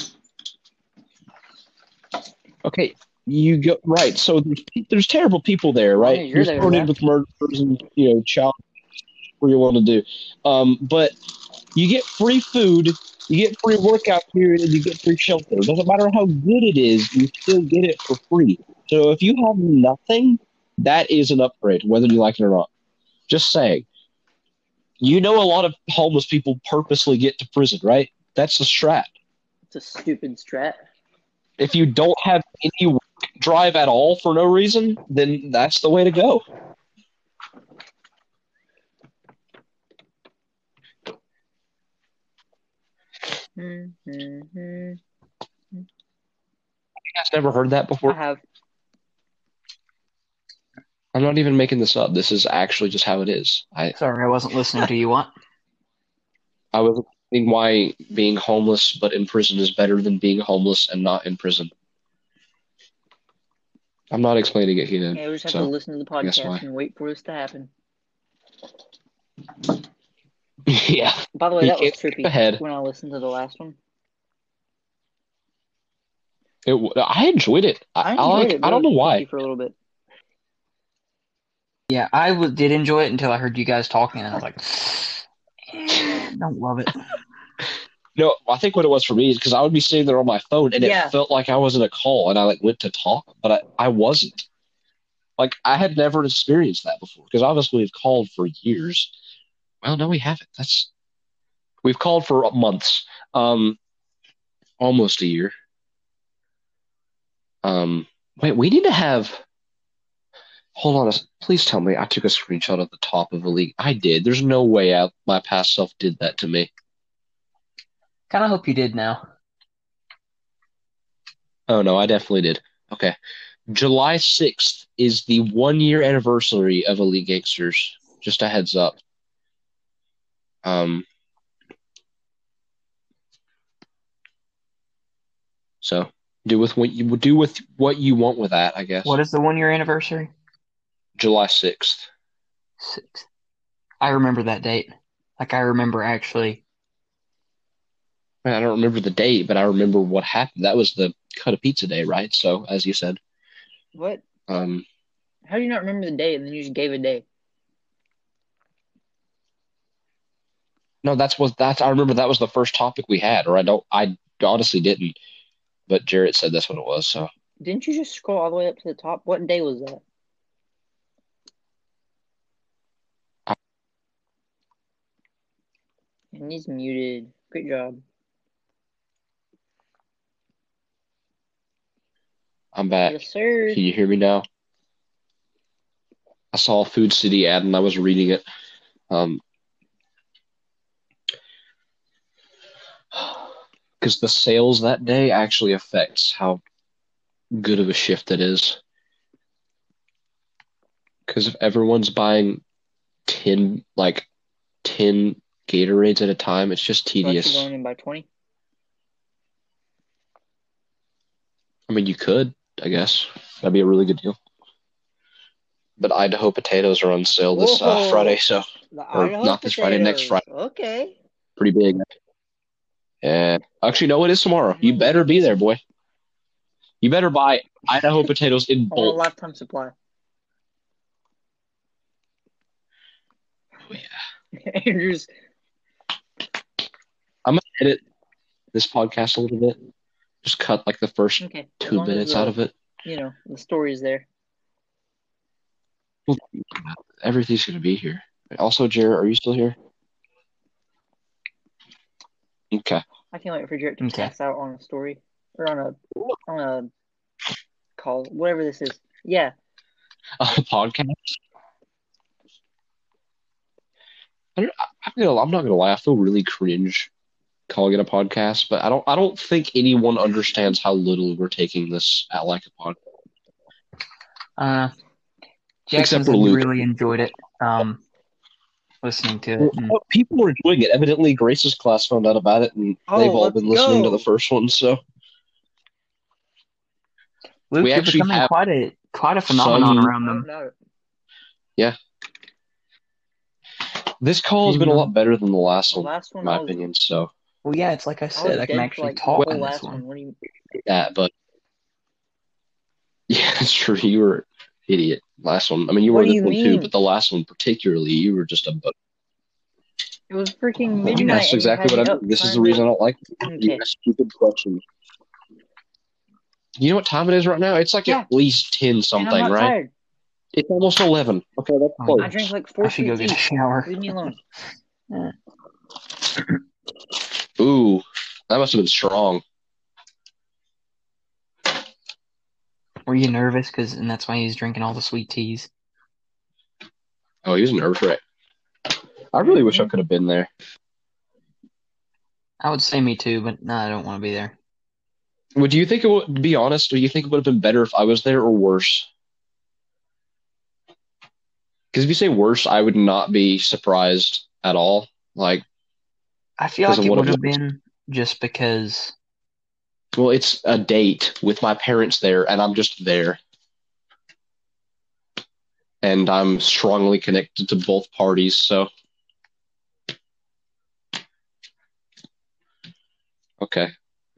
A: okay, you go right. So there's, there's terrible people there, right?
C: Yeah, you're
A: you're
C: there,
A: thrown in
C: Zach.
A: with murderers and you know child. What you want to do? Um, but you get free food, you get free workout period, and you get free shelter. Doesn't matter how good it is, you still get it for free. So if you have nothing, that is an upgrade, whether you like it or not. Just saying. You know, a lot of homeless people purposely get to prison, right? That's the strat
C: It's a stupid strat.
A: if you don't have any work drive at all for no reason, then that's the way to go.
C: Mm-hmm.
A: You guys never heard that
C: I
A: before?
C: have.
A: I'm not even making this up. This is actually just how it is. I,
B: Sorry, I wasn't listening to you. What?
A: I was thinking why being homeless but in prison is better than being homeless and not in prison. I'm not explaining it here.
C: Yeah, we just have
A: so.
C: to listen to the
A: guess why.
C: podcast and wait for this to happen.
A: yeah.
C: By the way,
A: You
C: that was
A: can't-
C: trippy
A: ahead.
C: when I listened to the last one.
A: It, w- I enjoyed it. I, I,
C: enjoyed
A: like.
C: it, but
A: I
C: it
A: don't know
C: was
A: why.
C: trippy For a little bit.
B: Yeah, I w- did enjoy it until I heard you guys talking, and I was like, eh, don't love it.
A: No, I think what it was for me is because I would be sitting there on my phone and
C: Yeah.
A: it felt like I was in a call and I like went to talk, but I, I wasn't. Like I had never experienced that before because obviously we've called for years. Well, no, we haven't. That's we've called for months, um, almost a year. Um, wait, we need to have. Hold on, a s- please tell me I took a screenshot of the top of a league. I did. There's no way out. My past self did that to me.
B: Kind of hope you did now.
A: Oh no, I definitely did. Okay. July 6th is the one year anniversary of Elite Gangsters. Just a heads up. Um So, do with what you do with what you want with that, I guess.
B: What is the one year anniversary?
A: July 6th.
B: Six. I remember that date. Like I remember actually.
A: Man, I don't remember the date, but I remember what happened. That was the cut of pizza day, right? So, as you said,
C: What?
A: um
C: How do you not remember the day and then you just gave a day?
A: No, that's what that's. I remember that was the first topic we had, or I don't. I honestly didn't, but Jarrett said that's what it was. So
C: Didn't you just scroll all the way up to the top? What day was that? And he's muted. Great job.
A: I'm back.
C: Yes, sir.
A: Can you hear me now? I saw a Food City ad and I was reading it. Um, because the sales that day actually affects how good of a shift it is. Because if everyone's buying ten, like ten Gatorades at a time. It's just
C: Yes.
A: tedious.
C: Going in by twenty.
A: I mean, you could, I guess. That'd be a really good deal. But Idaho potatoes are on sale this uh,
C: Whoa.
A: Friday, so
C: The
A: Or
C: Idaho
A: not this Friday, next
C: potatoes. Okay.
A: pretty big. Yeah. Actually, no, it is tomorrow.
C: Mm-hmm.
A: You better be there, boy. You better buy Idaho potatoes in
C: I want a
A: bulk.
C: lifetime supply.
A: Oh, yeah.
C: Andrew's
A: I'm gonna edit this podcast a little bit. Just cut like the first
C: okay. as
A: two
C: long as
A: minutes
C: the-
A: out of it.
C: You know the story's there.
A: Everything's gonna be here. Also, Jared, are you still here? Okay.
C: I can't wait for Jarrett to
B: Okay.
C: pass out on a story or on a on a call, whatever this is. Yeah,
A: on a podcast. I don't, I- I'm gonna, I'm not gonna lie. I feel really cringe calling it a podcast, but I don't, I don't think anyone understands how little we're taking this at like a podcast.
B: Uh,
A: Except
B: Jackson
A: for Luke.
B: really enjoyed it. Um, listening to it. and-
A: Well, people are doing it. Evidently, Grace's class found out about it, and
C: Oh,
A: they've all
C: let's
A: been listening to
C: go.
A: the first one. So
B: Luke,
A: we
B: you're
A: actually
B: becoming
A: have
B: quite a quite a phenomenon
A: some-
B: around
C: I
B: them.
C: don't know.
A: this call has been a
B: Mhm.
A: lot better than the last
C: The
A: one,
C: last
A: in oh,
C: one,
A: my
C: I was,
A: opinion. So
B: Well, yeah, it's like I
C: I was
B: said, I, can
C: dead
B: actually
C: for, like,
B: talk
C: the
B: on
C: whole
B: this
C: last
B: one.
C: What do you,
A: that, but yeah, that's true. You were an idiot last one. I mean, you
C: What
A: were
C: do
A: this
C: you
A: one too,
C: mean?
A: but the last one particularly, you were just a bu-
C: it was freaking
B: Well,
C: midnight.
A: That's
C: and you
A: exactly
C: had
A: what
C: me
A: I.
C: up
A: This is
C: trying
A: the reason I don't like you
C: Okay.
A: ask stupid questions. You know what time it is right now? It's like
C: Yeah.
A: at least ten
C: To, and I'm
A: something,
C: not
A: right?
C: tired.
A: It's almost eleven. Okay, that's
B: Oh,
A: close.
C: I drank like
B: I
C: four
B: should go
C: sweets
B: get a
C: each.
B: shower.
C: Leave me alone.
A: Ooh, that must have been strong.
B: Were you nervous? Cause and that's why he's drinking all the sweet teas.
A: Oh, he was nervous, right? I really wish
C: Mm-hmm.
A: I could have been there.
B: I would say me too, but no, I don't want to be there.
A: Would you think it would be honest? Do you think it would have been better if I was there or worse? Because if you say worse, I would not be surprised at all. Like,
B: I feel
A: 'Cause
B: like
A: of
B: it
A: what
B: would
A: it
B: have been just because
A: well, it's a date with my parents there, and I'm just there. And I'm strongly connected to both parties, so. Okay.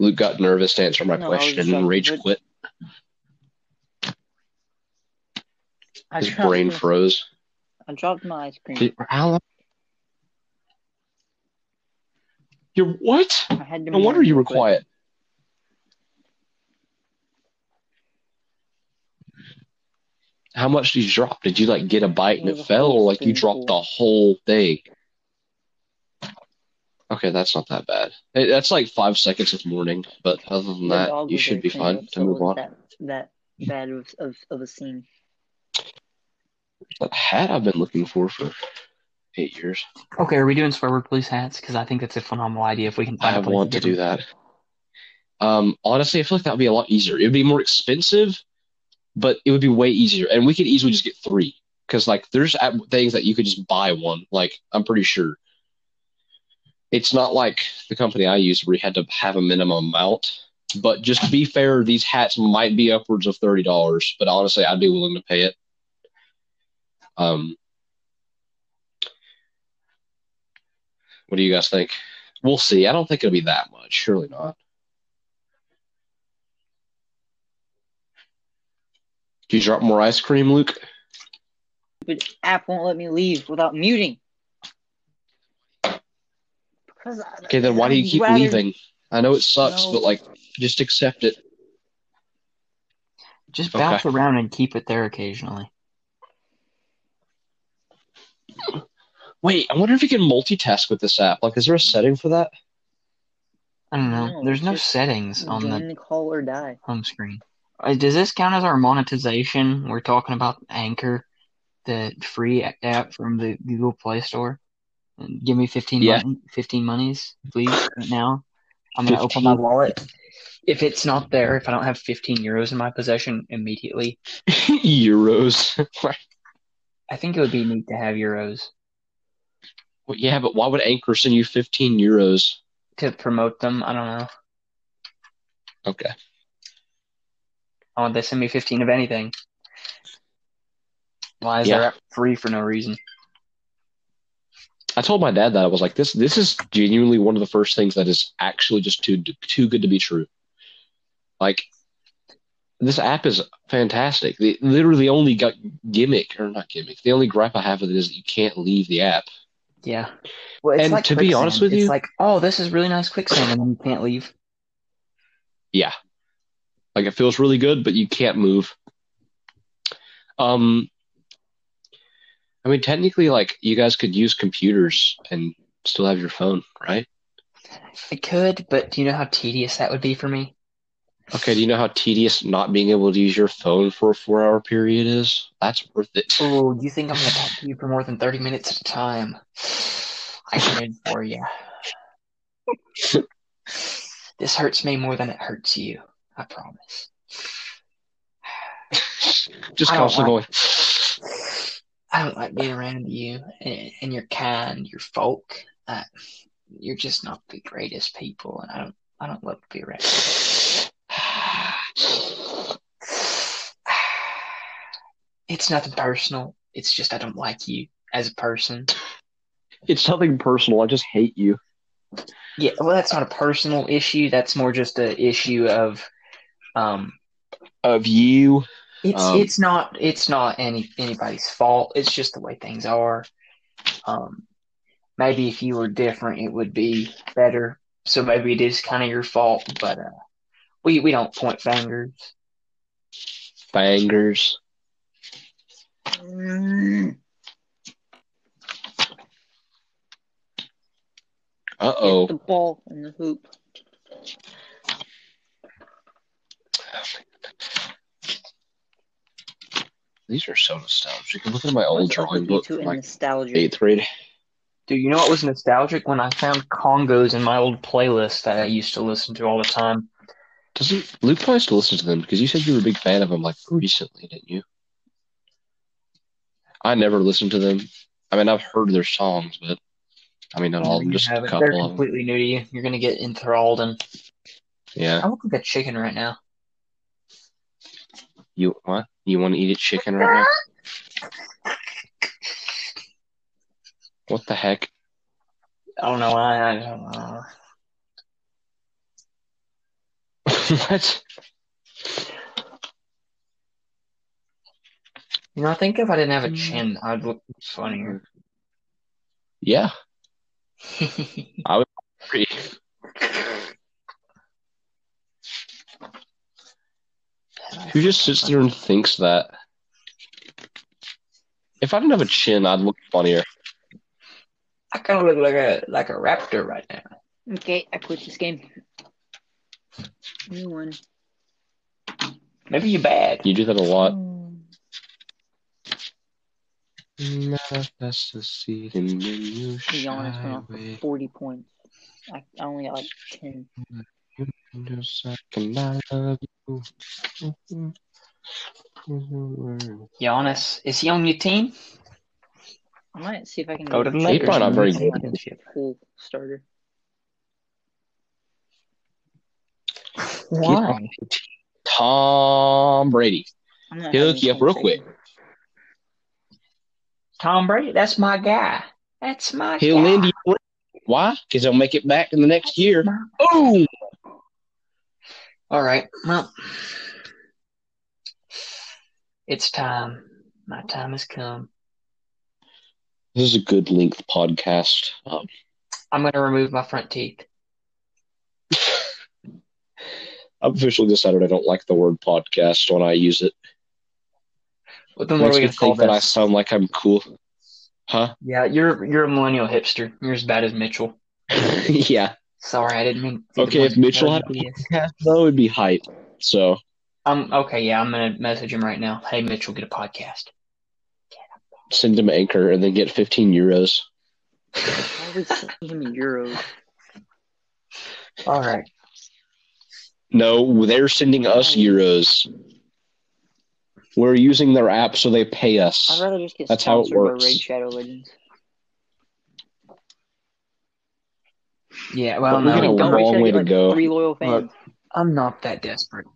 A: Luke got nervous to answer my
C: No, I was
A: question
C: just
A: and
C: like,
A: rage
C: what-
A: quit.
C: I
A: His
C: dropped,
A: brain
C: my-
A: froze.
C: I dropped my ice cream.
A: Alan. You're what?
C: I had to
A: No wonder you were
C: real quick.
A: quiet. How much did you drop? Did you like get a bite and
C: It was
A: it
C: a
A: fell,
C: whole
A: or like you dropped
C: spoonful.
A: the whole thing? Okay, that's not that bad. Hey, That's like five seconds of mourning, but other than
C: The
A: that,
C: dog
A: you
C: was
A: should
C: there
A: be
C: cleaning
A: fine
C: up,
A: to
C: so it
A: move on.
C: wasn't That, that bad of, of, of a scene.
A: That hat I've been looking for for eight years.
B: okay, are we doing swear word police hats? Because I think that's a phenomenal idea if we can find
A: I
B: a place
A: want to
B: get
A: do
B: them.
A: that. Um, honestly, I feel like that would be a lot easier. It would be more expensive, but it would be way easier, and we could easily just get three because like there's app- things that you could just buy one. Like I'm pretty sure it's not like the company I use where you had to have a minimum amount. But just to be fair, these hats might be upwards of thirty dollars, but honestly, I'd be willing to pay it. Um, what do you guys think? We'll see. I don't think it'll be that much. Surely not. Do you drop more ice cream, Luke?
C: Stupid app won't let me leave without muting. Because I-
A: Okay, then why do you
C: I'd
A: keep
C: rather-
A: leaving? I know it sucks,
C: No.
A: but like, just accept it.
B: Just
A: Okay.
B: bounce around and keep it there occasionally.
A: Wait, I wonder if you can multitask with this app. Like, is there a setting for that?
B: I don't know.
C: No,
B: There's no
C: just
B: settings on the
C: Join the call or die.
B: home screen. Uh, Does this count as our monetization? We're talking about Anchor, the free app from the Google Play Store. Give me 15,
A: Yeah.
B: money, 15 monies, please, right now. I'm going to open my
A: 15.
B: wallet. If it's not there, if I don't have 15 euros in my possession immediately,
A: Euros.
B: I think it would be neat to have euros.
A: Well, yeah, but why would Anchor send you 15 euros?
B: to promote them. I don't know.
A: Okay.
B: Why would Oh, they send me 15 of anything? Why is
A: Yeah.
B: there app free for no reason?
A: I told my dad that I was like, this this is genuinely one of the first things that is actually just too too good to be true. Like, this app is fantastic. The, literally, the only gu- gimmick or not gimmick, the only gripe I have with it is that you can't leave the app.
B: Yeah. Well, it's
A: And
B: like
A: to be honest
B: quicksand.
A: with you-
B: it's like, oh, this is really nice quicksand, and then you can't leave.
A: Yeah, like it feels really good, but you can't move. Um, I mean, technically, like you guys could use computers and still have your phone, right?
B: It could, but do you know how tedious that would be for me?
A: Okay, do you know how tedious not being able to use your phone for a four hour period is? That's worth it.
B: Oh, do you think I'm gonna talk to you for more than 30 minutes at a time? I cared for you. This hurts me more than it hurts you. I promise.
A: Just
B: I don't
A: constantly going.
B: I don't like being around you and, and your kind, your folk. Uh, you're just not the greatest people, and I don't, I don't love to be around. you. It's nothing personal. It's just I don't like you as a person.
A: It's nothing personal. I just hate you.
B: Yeah, well, that's not a personal issue. That's more just a issue of, um,
A: Of you.
B: it's
A: Um,
B: it's not it's not any anybody's fault. It's just the way things are. Um, maybe if you were different, it would be better. So maybe it is kind of your fault, but uh, we we don't point fingers.
A: Fangers. Oh. Uh
C: Hit
A: oh.
C: the ball in the hoop.
A: These are so nostalgic. Look at my old
C: What's up
A: drawing
C: with you
A: book
C: two
A: from
C: and
A: like
C: nostalgia?
A: eighth grade.
B: Dude, you know what was nostalgic when I found congos in my old playlist that I used to listen to all the time.
A: Doesn't Luke probably still listen to them because you said you were a big fan of them like recently, didn't you? I never listened to them. I mean, I've heard their songs, but I mean, not all of them,
B: You
A: just a
B: haven't. They're
A: couple of them.
B: completely new to you. You're gonna get enthralled, and
A: Yeah.
B: I look like a chicken right now.
A: You what? You want to eat a chicken right now? What the heck?
B: I don't know why. I don't know.
A: what?
B: You know, I think if I didn't have
A: Mm.
B: a chin, I'd look funnier.
A: Yeah. Who just sits there and thinks that? If I didn't have a chin, I'd look funnier.
B: I kind of look like a like a raptor right now.
C: Okay, I quit this game. New one.
B: Maybe you're bad.
A: You do that a lot.
C: Mm.
A: That's the seed and then you
C: Giannis went
A: shy
C: off for
A: away.
C: 40 points. I, I only got like 10.
A: Just like I love you. Mhm. Mhm.
B: Giannis, is he on your team?
C: I might see if I can
B: Go to the
C: get
A: Lakers.
B: Lakers.
A: probably not very
B: Win the
A: good.
B: championship.
C: full starter.
B: Why?
A: Tom Brady.
C: I'm not
A: He'll
C: having
A: hook you up
C: fun
A: real
C: saying-
B: Tom Brady, that's my guy. That's my
A: He'll
B: guy.
A: lend you. Why? Because he'll make it back in the next year. Boom!
B: All right. Well, it's time. My time has come.
A: This is a good length podcast. Um,
B: I'm going to remove my front teeth.
A: I've officially decided I don't like the word podcast when I use it.
B: What the
A: It
B: what are
A: makes
B: we
A: me
B: going to call
A: think that I
B: this?
A: sound like I'm cool. Huh?
B: Yeah, you're you're a millennial hipster. You're as bad as Mitchell.
A: yeah.
B: Sorry, I didn't mean.
A: Okay, if Mitchell had-
B: Yes.
A: That would be hype. So,
B: Um. Okay. Yeah, I'm gonna message him right now. Hey, Mitchell, get a podcast.
A: send him anchor and then get 15 euros.
C: Why would send him euros?
B: All right.
A: No, they're sending us euros. We're using their app so they pay
C: I'd
A: us.
C: rather just get
A: That's how it
C: sponsored by
A: works.
C: Raid Shadow Legends.
B: Yeah, well,
A: But we
B: no,
A: got a long
B: don't-
C: reach out
A: way to
C: like,
A: go.
C: Three loyal fans.
B: Look. I'm not that desperate.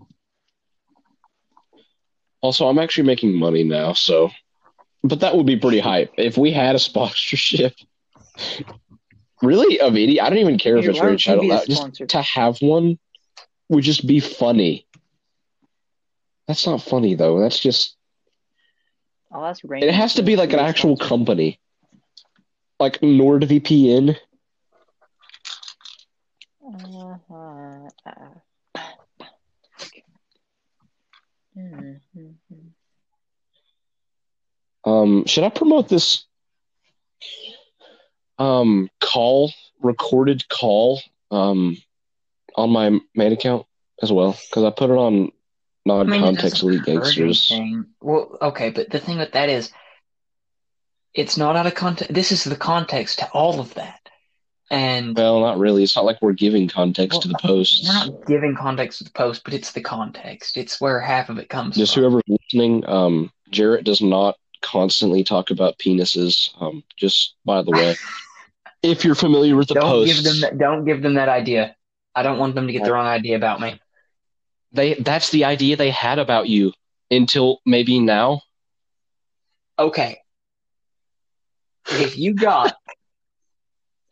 A: Also, I'm actually making money now, so. But that would be pretty hype if we had a sponsorship. really, a video. I don't even care if
C: Dude,
A: it's
C: why
A: rich. I don't
C: don't you be
A: know.
C: the sponsor?
A: Just to have one would just be funny. That's not funny though. That's just.
C: I'll ask Raymond.
A: It has to be like an
C: a
A: actual
C: sponsor.
A: company, like NordVPN.
C: Uh-huh. Uh, hmm, hmm, hmm.
A: Um, should I promote this? Um, call recorded call. Um, on my main account as well because I put it on
B: I mean, it
A: non-context
B: doesn't
A: elite
B: hurt
A: gangsters.
B: anything. Well, okay, but the thing with that is, it's not out of context. This is the context to all of that, and
A: Well, not really. It's not like we're giving context to the posts.
B: we're uh, not giving context to the post, but it's the context. It's where half of it comes
A: Just
B: from.
A: whoever's listening, um, Jarrett does not constantly talk about penises. Um, just by the way, if you're familiar with the
B: don't
A: posts,
B: give them that, don't give them that idea. I don't want them to get the wrong idea about me.
A: they that's the idea they had about you until maybe now.
B: Okay, if you got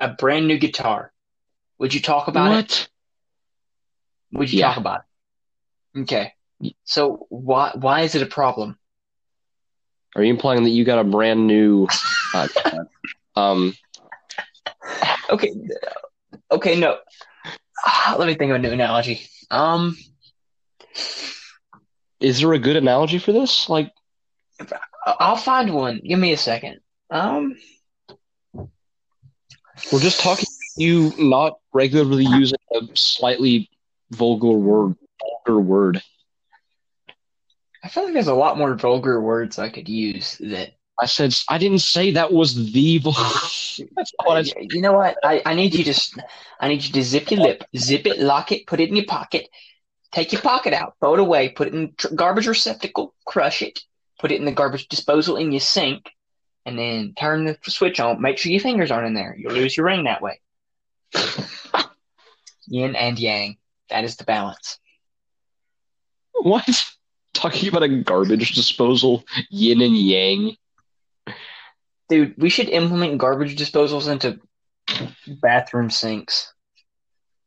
B: a brand new guitar, would you talk about it?
A: What?
B: Would you
A: Yeah.
B: talk about it? Okay. So why why is it a problem?
A: Are you implying that you got a brand new? uh, um,
B: Okay. th- Okay, no. Ah, Let me think of a new analogy. Um,
A: is there a good analogy for this? Like.
B: I- I'll find one. Give me a second. Um,
A: We're just talking about you not regularly using a slightly vulgar word. Vulgar word.
B: I feel like there's a lot more vulgar words I could use that
A: I said I didn't say that was the. Vul- That's not what I said.
B: you know what? I, I need you to s- I need you to zip your lip, zip it, lock it, put it in your pocket, take your pocket out, throw it away, put it in tr- garbage receptacle, crush it, put it in the garbage disposal in your sink, and then turn the switch on. Make sure your fingers aren't in there. You'll lose your ring that way. Yin and yang. That is the balance.
A: What? Talking about a garbage disposal, yin and yang.
B: Dude, we should implement garbage disposals into bathroom sinks.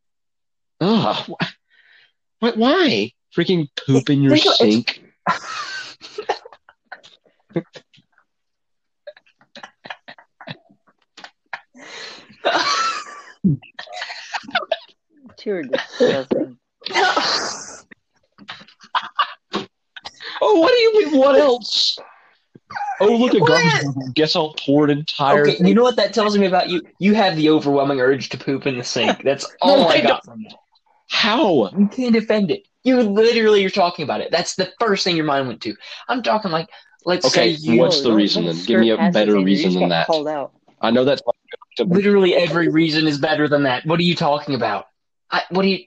A: Ugh. What? Why? Freaking poop in your
B: Think of- it's-
A: sink.
C: Two are disgusting.
A: Oh, what do you mean? What else? Oh, look, a
B: What?
A: garbage. Guess I'll pour an entire.
B: Okay, you know what that tells me about you? You have the overwhelming urge to poop in the sink. That's all
A: No,
B: I,
A: I
B: got from that.
A: How?
B: You can't defend it. You literally you're talking about it. That's the first thing your mind went to. I'm talking like, let's
A: Okay,
B: say you
A: What's the
C: don't-
A: reason
C: don't
A: then? Give me a
C: skirt past
A: better
C: it, man. You
A: reason
C: just
A: than
C: got
A: that.
C: Called out.
A: I know that's not acceptable.
B: literally every reason is better than that. What are you talking about? I, what do you?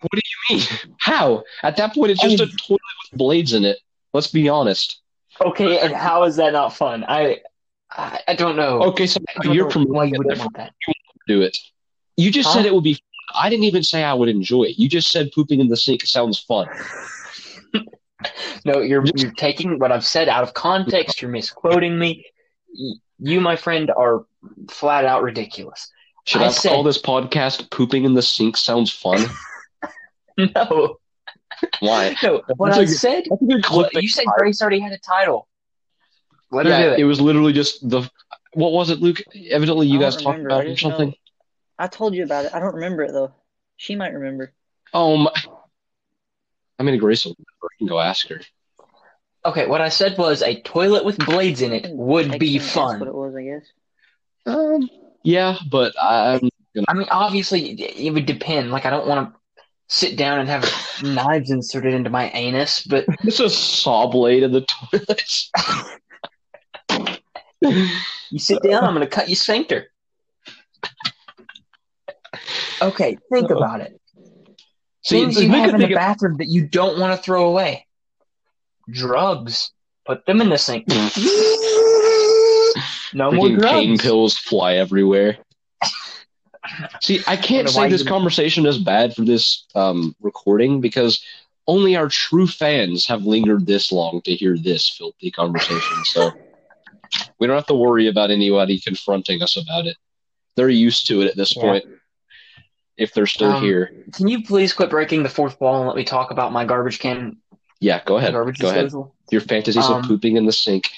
A: mean? How? At that point, it's just a
B: Oh.
A: toilet with blades in it. Let's be honest.
B: Okay, and how is that not fun? I, I, I don't know.
A: Okay, so
B: Oh, I don't
A: you're
B: know why
A: promoting
B: you
A: it.
B: wouldn't
A: Therefore,
B: want that.
A: do it. You just
B: Huh?
A: said it would be. Fun. I didn't even say I would enjoy it. You just said pooping in the sink sounds fun.
B: No, you're you're taking what I've said out of context. You're misquoting me. Y- You, my friend, are flat out ridiculous.
A: Should
B: I
A: I,
B: said-
A: call this podcast "Pooping in the Sink Sounds Fun"?
B: No,
A: Why?
B: no. What
A: That's
B: I
A: a good-
B: said.
A: That's a good
B: Well,
A: clip.
B: you said Grace already had a title. Let her
A: yeah,
B: do
A: it.
B: it.
A: was literally just the. What was it, Luke? Evidently, you
C: I don't
A: guys talked
C: remember.
A: about
C: I
A: it or
C: just know-
A: something.
C: I told you about it. I don't remember it though. She might remember.
A: Oh my! I mean, Grace will. I can go ask her.
B: Okay, what I said was a toilet with blades in it would be
C: Actually, that's What
B: fun.
C: it was, I guess.
A: Um. Yeah, but I'm
B: I mean, obviously, it it would depend. Like, I don't want to sit down and have knives inserted into my anus, but
A: It's a saw blade in the toilet.
B: you sit down, I'm going to cut your sphincter. Okay, think
A: Uh,
B: about it.
A: See,
B: Things
A: it's
B: you
A: make
B: have
A: a
B: in the
A: big-
B: bathroom that you don't want to throw away. Drugs. Put them in the sink. No more
A: freaking
B: drugs.
A: cane pills fly everywhere. See, I can't
B: Wonder
A: say
B: why
A: this
B: you-
A: conversation is bad for this um, recording because only our true fans have lingered this long to hear this filthy conversation. So we don't have to worry about anybody confronting us about it. They're used to it at this
B: Yeah.
A: point. If they're still
B: Um,
A: here,
B: Can you please quit breaking the fourth wall and let me talk about my garbage can
A: yeah, go ahead.
B: garbage
A: Go ahead.
B: disposal?
A: Your fantasies
B: Um,
A: of pooping in the sink.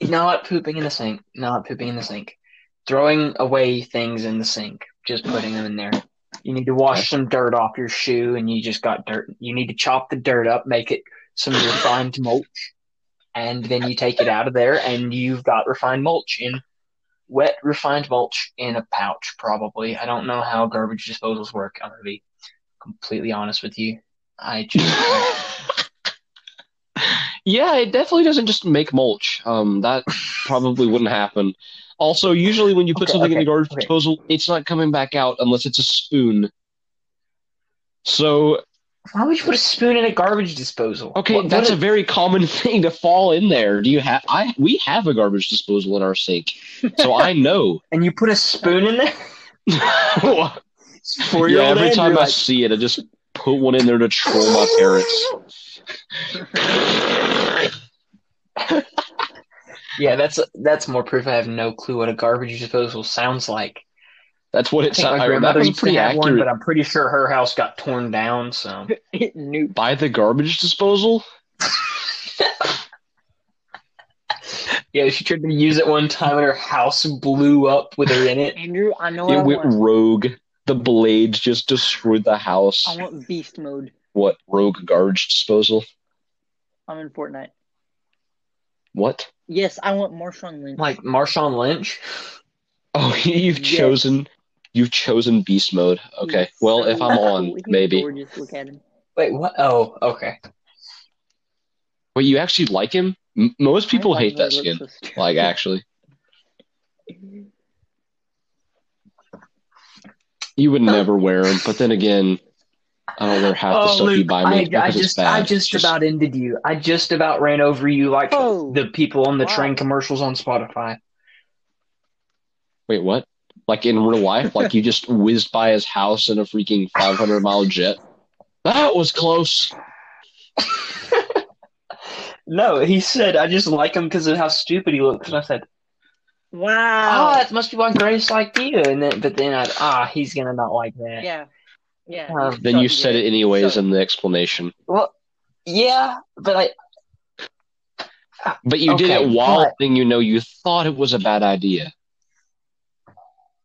B: Not pooping in the sink. Not pooping in the sink. Throwing away things in the sink. Just putting them in there. You need to wash some dirt off your shoe, and you just got dirt. You need to chop the dirt up, make it some refined mulch, and then you take it out of there, and you've got refined mulch in wet refined mulch in a pouch, probably. I don't know how garbage disposals work. I'm gonna be completely honest with you. I just
A: yeah, it definitely doesn't just make mulch. Um, that probably wouldn't happen. Also, usually when you put
B: Okay,
A: something in the
B: okay,
A: garbage
B: okay.
A: disposal, it's not coming back out unless it's a spoon. So,
B: why would you put a spoon in a garbage disposal?
A: okay,
B: What- what
A: that's
B: is-
A: a very common thing to fall in there. Do you have I we have a garbage disposal in our sink. So I know.
B: and you put a spoon in there.
A: yeah,
B: Four year old
A: every time I
B: like,
A: see it, I just put one in there to troll my parents.
B: yeah, that's that's more proof. I have no clue what a garbage disposal sounds like.
A: That's what
B: I
A: it
B: think
A: sounds like. That
B: my grandmother
A: was
B: used to
A: pretty
B: have
A: accurate.
B: one, but I'm pretty sure her house got torn down. So
C: Noob.
A: By the garbage disposal?
B: yeah, she tried to use it one time, and her house blew up with her in it.
C: Andrew, I
B: Oh,
C: know what I
A: It went
C: want.
A: rogue. The blades just destroyed the house.
C: I want beast mode.
A: What rogue garbage disposal?
C: I'm in Fortnite.
A: What?
C: Yes, I want Marshawn Lynch.
B: Like Marshawn Lynch.
A: Oh, you've
C: Yes.
A: chosen. You've chosen beast mode. Okay.
C: He's
A: Well,
C: so
A: if I'm on,
C: cool. He's
A: maybe.
C: Gorgeous. Look at him.
B: Wait, what? Oh, okay.
A: Wait, you actually like him? M- most people
C: I like
A: hate that
C: the
A: skin.
C: looks of-
A: Like, actually, you would never wear him. But then again, I don't wear half the stuff you buy me
B: Oh, I,
A: because
B: I
A: it's
B: just,
A: bad.
B: I just, about ended you. I just about ran over you like
C: Oh.
B: the people on the
C: Wow.
B: train commercials on Spotify.
A: Wait, what? Like in real life, like you just whizzed by his house in a freaking 500 mile jet. That was close.
B: No, he said, I just like him because of how stupid he looks. And I said, ah,
C: Wow.
B: that must be why Grace liked you. And then, but then I, ah, he's gonna not like that.
C: yeah. Yeah.
B: Um,
A: Then you said it anyways
C: So-
A: in the explanation.
B: Well, yeah, but I,
A: But you did
B: Okay,
A: it while
B: but-
A: thing you know you thought it was a bad idea.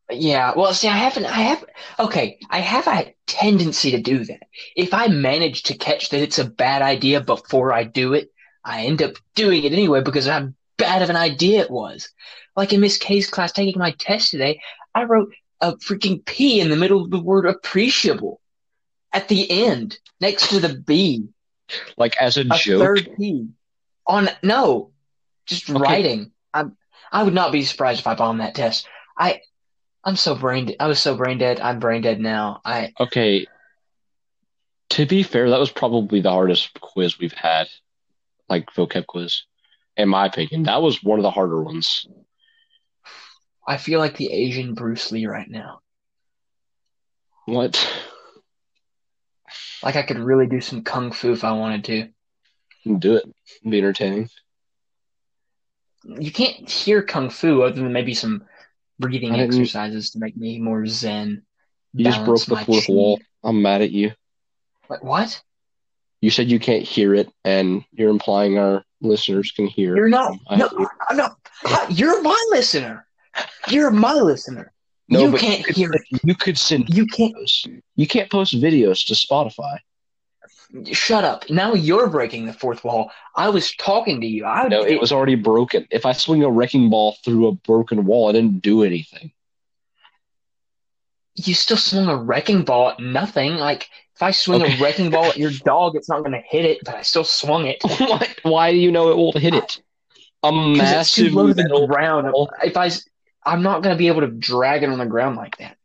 B: yeah. Well, see, I haven't, I have, okay, I have a tendency to do that. If I manage to catch that it's a bad idea before I do it, I end up doing it anyway because of how bad of an idea it was. Like in Miss K's class taking my test today, I wrote a freaking P in the middle of the word appreciable at the end next to the B.
A: Like as a,
B: a
A: joke.
B: third P on no, just
A: Okay.
B: writing. I I would not be surprised if I bombed that test. I I'm so brain. I was so brain dead. I'm brain dead now. I
A: Okay. To be fair, that was probably the hardest quiz we've had. Like vocab quiz. In my opinion. That was one of the harder ones.
B: I feel like the Asian Bruce Lee right now.
A: What?
B: Like I could really do some kung fu if I wanted to.
A: Do it. Be entertaining.
B: You can't hear kung fu other than maybe some breathing
A: I didn't-
B: exercises to make me more zen.
A: You just broke
B: balance
A: the
B: my
A: fourth
B: chi.
A: wall. I'm mad at you.
B: Like, what?
A: You said you can't hear it, and you're implying our listeners can hear it.
B: You're not.
A: I-
B: no, I'm not. You're my listener. You're my listener.
A: No,
B: you
A: but
B: can't hear it.
A: you could send
B: You can't.
A: videos. You can't post videos to Spotify.
B: Shut up. Now you're breaking the fourth wall. I was talking to you. I
A: No, it was already broken. If I swing a wrecking ball through a broken wall, I didn't do anything.
B: you still swung a wrecking ball at nothing. Like if I swing
A: Okay.
B: a wrecking ball at your dog, it's not gonna hit it, but I still swung it. 'Cause
A: Why, why do you know it won't hit it? A
B: it's too
A: massive
B: low to the
A: metal.
B: ground.
A: ball.
B: If I, s- I'm not gonna be able to drag it on the ground like that.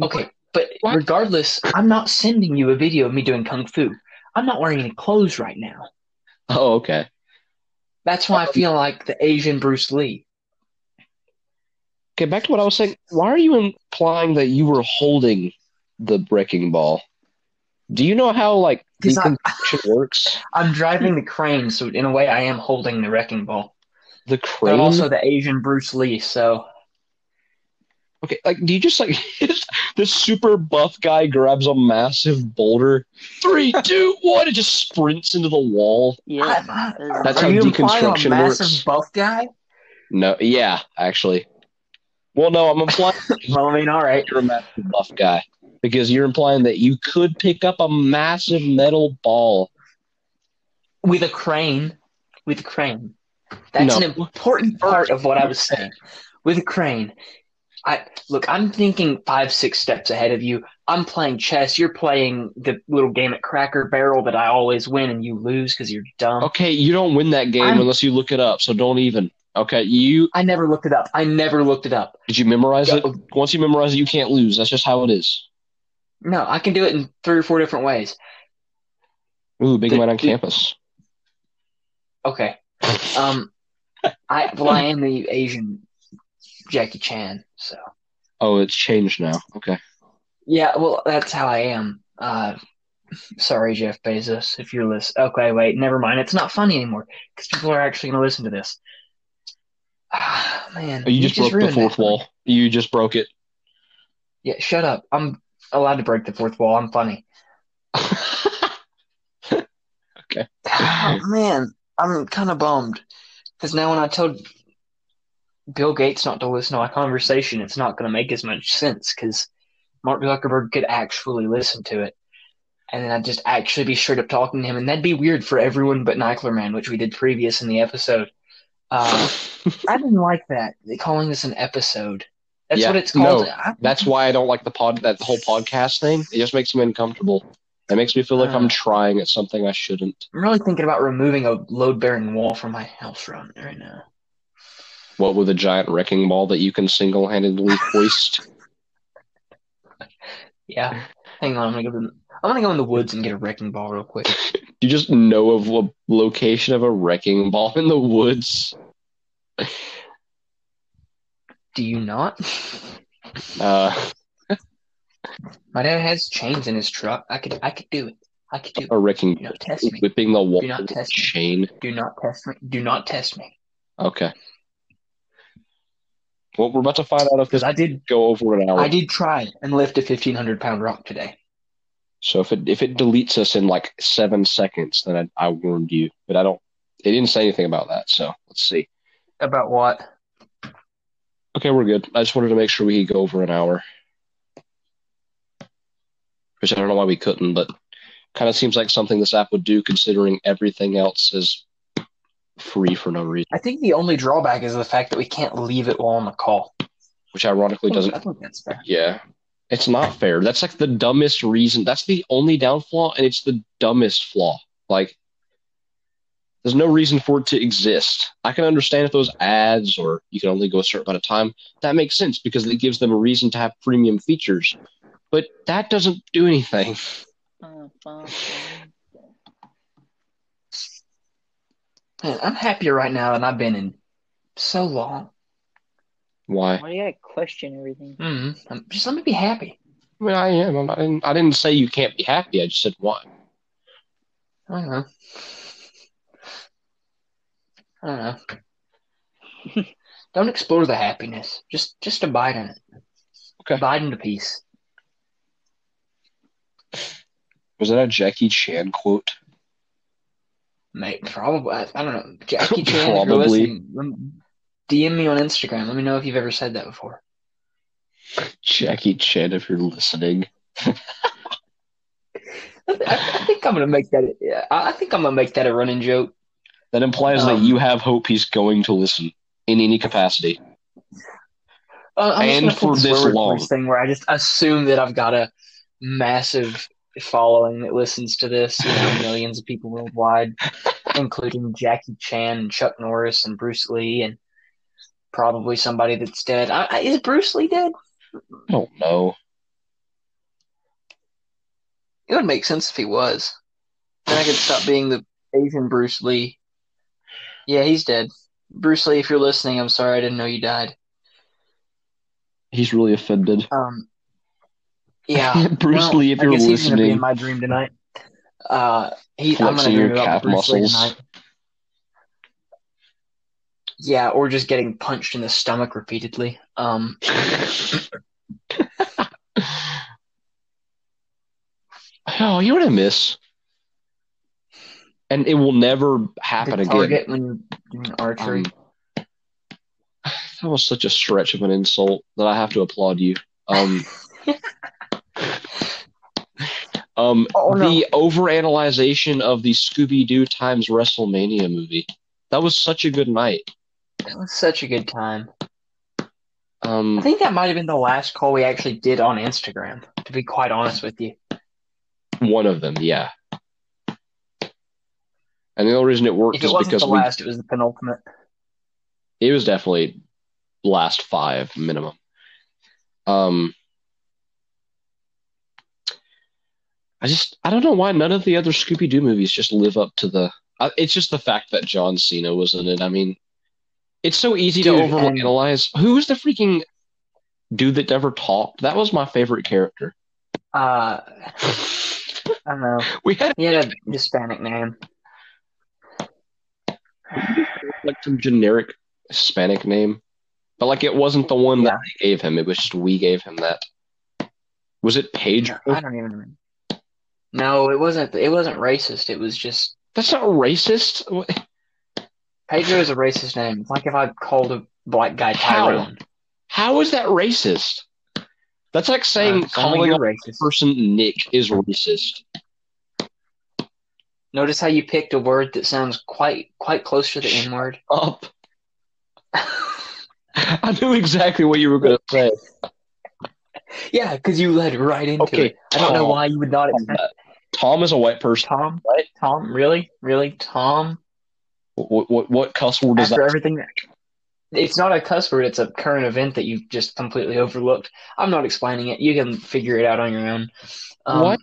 B: Okay, but
A: What?
B: regardless, I'm not sending you a video of me doing kung fu. I'm not wearing any clothes right now.
A: Oh, okay.
B: That's why I feel like the Asian Bruce Lee.
A: Okay, back to what I was saying. Why are you implying that you were holding the breaking ball? Do you know how like
B: 'Cause I-
A: decompression works?
B: I'm driving the crane, so in a way, I am holding the wrecking ball.
A: The
B: But
A: crane.
B: I'm also the Asian Bruce Lee, so
A: okay, like do you just like this super buff guy grabs a massive boulder, three, two, one, and just sprints into the wall?
C: Yeah.
B: I-
A: That's
B: are
A: how
B: you implying I'm a
A: deconstruction
B: massive
A: works.
B: buff guy?
A: No, yeah, actually. Well, no, I'm implying
B: Well, I mean, all right.
A: you're a massive buff guy because you're implying that you could pick up a massive metal ball.
B: With a crane. With a crane. That's
A: No.
B: an important part of what I was saying. With a crane. I look, I'm thinking five, six steps ahead of you. I'm playing chess. You're playing the little game at Cracker Barrel that I always win and you lose because you're dumb.
A: Okay, you don't win that game
B: I'm-
A: unless you look it up, so don't even. Okay, you
B: I never looked it up. I never looked it up.
A: did you memorize it?
B: Go-
A: Once you memorize it, you can't lose. That's just how it is.
B: No, I can do it in three or four different ways.
A: Ooh, big
B: The-
A: man on
B: the-
A: campus.
B: Okay. Um, I well, I am the Asian Jackie Chan, so
A: Oh, it's changed now. Okay.
B: yeah. Well, that's how I am. Uh, sorry, Jeff Bezos, if you're listening. Okay, wait, never mind. It's not funny anymore because people are actually going to listen to this. Ah, man,
A: Oh, you just, broke the
B: ruined
A: fourth
B: that.
A: wall. You just broke it.
B: Yeah, shut up. I'm allowed to break the fourth wall. I'm funny. Oh, man, I'm kind of bummed because now when I told Bill Gates not to listen to my conversation, it's not going to make as much sense because Mark Zuckerberg could actually listen to it, and then I'd just actually be straight up talking to him, and that'd be weird for everyone but Nyclerman, which we did previous in the episode. Uh, I didn't like that they calling this an episode. That's
A: Yeah,
B: what it's called.
A: no,
B: I-
A: That's why I don't like the pod that whole podcast thing. It just makes me uncomfortable. It makes me feel like I'm
B: Uh.
A: trying at something I shouldn't.
B: I'm really thinking about removing a load bearing wall from my house right right now.
A: What with a giant wrecking ball that you can single handedly hoist?
B: Yeah. Hang on, I'm gonna go. To, I'm gonna go in the woods and get a wrecking ball real quick.
A: You just know of a location of a wrecking ball in the woods.
B: Do you not?
A: Uh,
B: My dad has chains in his truck. I could. I could do it. I could do it.
A: a wrecking
B: Do not test me.
A: whipping the wall
B: Do not
A: with a
B: test me.
A: chain.
B: Do not test me. Do not test me.
A: Okay. Well, we're about to find out if this
B: Because I did.
A: go over an hour.
B: I did try and lift a 1500 pound rock today.
A: So if it if it deletes us in like seven seconds, then I, I warned you. But I don't. It didn't say anything about that. So let's see.
B: About what?
A: Okay, we're good. I just wanted to make sure we could go over an hour. Which I don't know why we couldn't, but kind of seems like something this app would do, considering everything else is free for no reason.
B: I think the only drawback is the fact that we can't leave it while on the call.
A: Which ironically doesn't
B: I think that's fair.
A: Yeah. It's not fair. That's like the dumbest reason. That's the only downfall, and it's the dumbest flaw. Like, there's no reason for it to exist. I can understand if those ads or you can only go a certain amount of time. That makes sense because it gives them a reason to have premium features. But that doesn't do anything.
C: Uh, uh,
B: Man, I'm happier right now than I've been in so long.
C: uh,
A: Why?
C: why do you gotta question everything?
B: Mm, I'm, just let me be happy.
A: I mean, I am. I'm not, I didn't, I didn't say you can't be happy. I just said why.
B: I don't know. I don't know. Uh-huh. don't explore the happiness. Just just abide in it.
A: Okay.
B: Abide in the peace.
A: Was that a Jackie Chan quote?
B: Mate, probably. I, I don't know. Jackie Chan, if you're
A: Probably.
B: listening, lem- DM me on Instagram. Let me know if you've ever said that before.
A: Jackie Chan, if you're listening.
B: I, I think I'm gonna make that. yeah, I I think I'm gonna make that a running joke.
A: That implies that
B: Um,
A: you have hope he's going to listen in any capacity.
B: Uh, I'm just
A: And
B: gonna put
A: for this
B: word
A: long.
B: police thing where I just assume that I've got a massive following that listens to this. You know, millions of people worldwide, including Jackie Chan and Chuck Norris and Bruce Lee and probably somebody that's dead. I, I, is Bruce Lee dead?
A: I don't know.
B: It would make sense if he was. Then I could stop being the Asian Bruce Lee. Yeah, he's dead. Bruce Lee, if you're listening, I'm sorry I didn't know you died.
A: He's really offended.
B: Um, yeah,
A: Bruce
B: Ah, well,
A: Lee, if
B: I
A: you're
B: guess he's gonna be
A: listening,
B: in my dream tonight. Uh, he, I'm gonna
A: Flexing your
B: dream about
A: calf
B: Bruce Lee
A: muscles.
B: tonight. Yeah, or just getting punched in the stomach repeatedly. Um,
A: oh, you want to miss, and it will never happen
B: the
A: again.
B: target when you're doing archery.
A: Um, that was such a stretch of an insult that I have to applaud you. Um, um,
B: Oh, no.
A: the overanalyzation of the Scooby Doo times WrestleMania movie. That was such a good night.
B: It was such a good time. I
A: Um,
B: think that might have been the last call we actually did on Instagram. To be quite honest with you,
A: one of them, yeah. And the only reason it worked
B: if it
A: is
B: wasn't
A: because
B: the
A: we,
B: last, it was the penultimate.
A: it was definitely last five minimum. Um, I just I don't know why none of the other Scooby Doo movies just live up to the. I, it's just the fact that John Cena was in it. I mean, it's so easy
B: Dude,
A: to overanalyze. Who was the freaking dude that never talked? That was my favorite character.
B: Uh, I don't know.
A: We had
B: He had a Hispanic name.
A: like some generic Hispanic name, but like it wasn't the one that they gave him. It was just we gave him that. Was it Page?
B: No, I don't even remember. No, it wasn't. It wasn't racist. It was just
A: That's not racist. What-
B: Pedro is a racist name. It's like if I called a black guy
A: How?
B: Tyrone.
A: How is that racist? That's like saying
B: Uh, so
A: calling
B: you're
A: a
B: racist.
A: person Nick is racist.
B: Notice how you picked a word that sounds quite quite close to the N word.
A: Up. I knew exactly what you were going to say.
B: yeah, because you led right into
A: Okay,
B: it. I don't know
A: Tom.
B: why you would not expect
A: Tom is a white person.
B: Tom.
A: What?
B: Tom, really, really, Tom.
A: What what, what cuss word is
B: After
A: that?
B: everything that. It's not a cuss word. It's a current event that you just completely overlooked. I'm not explaining it. You can figure it out on your own. Um,
A: what?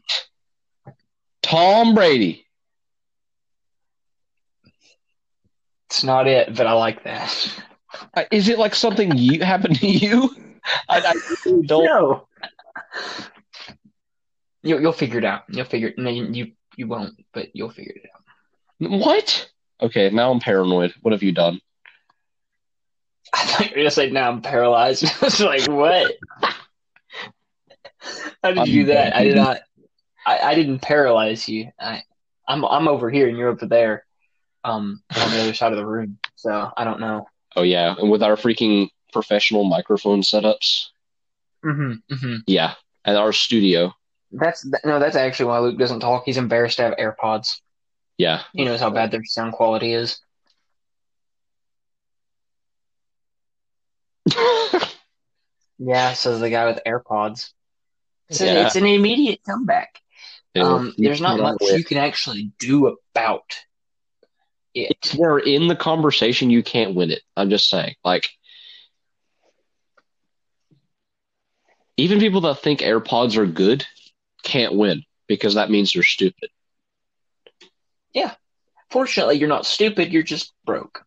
A: Tom Brady.
B: It's not it, but I like that.
A: Uh, Is it like something you happened to you? I, I really don't.
B: No. You, you'll figure it out. You'll figure it. No, you, you you won't, but you'll figure it out.
A: What? Okay, now I'm paranoid. What have you done?
B: I thought you were gonna say now I'm paralyzed. I was like, what? How did you do that? I did not. I, I didn't paralyze you. I I'm I'm over here and you're over there, um, on the other side of the room. So I don't know.
A: Oh yeah, and with our freaking professional microphone setups.
B: hmm hmm
A: Yeah, at our studio.
B: That's no. That's actually why Luke doesn't talk. He's embarrassed to have AirPods.
A: Yeah.
B: He knows how bad their sound quality is. Yeah, says the guy with AirPods. It's, an,
A: Yeah.
B: it's an immediate comeback.
A: They were-
B: Um, there's not much you can actually do about
A: If
B: it.
A: They're in the conversation. You can't win it. I'm just saying. Like, even people that think AirPods are good can't win because that means they're stupid.
B: Fortunately, you're not stupid. You're just broke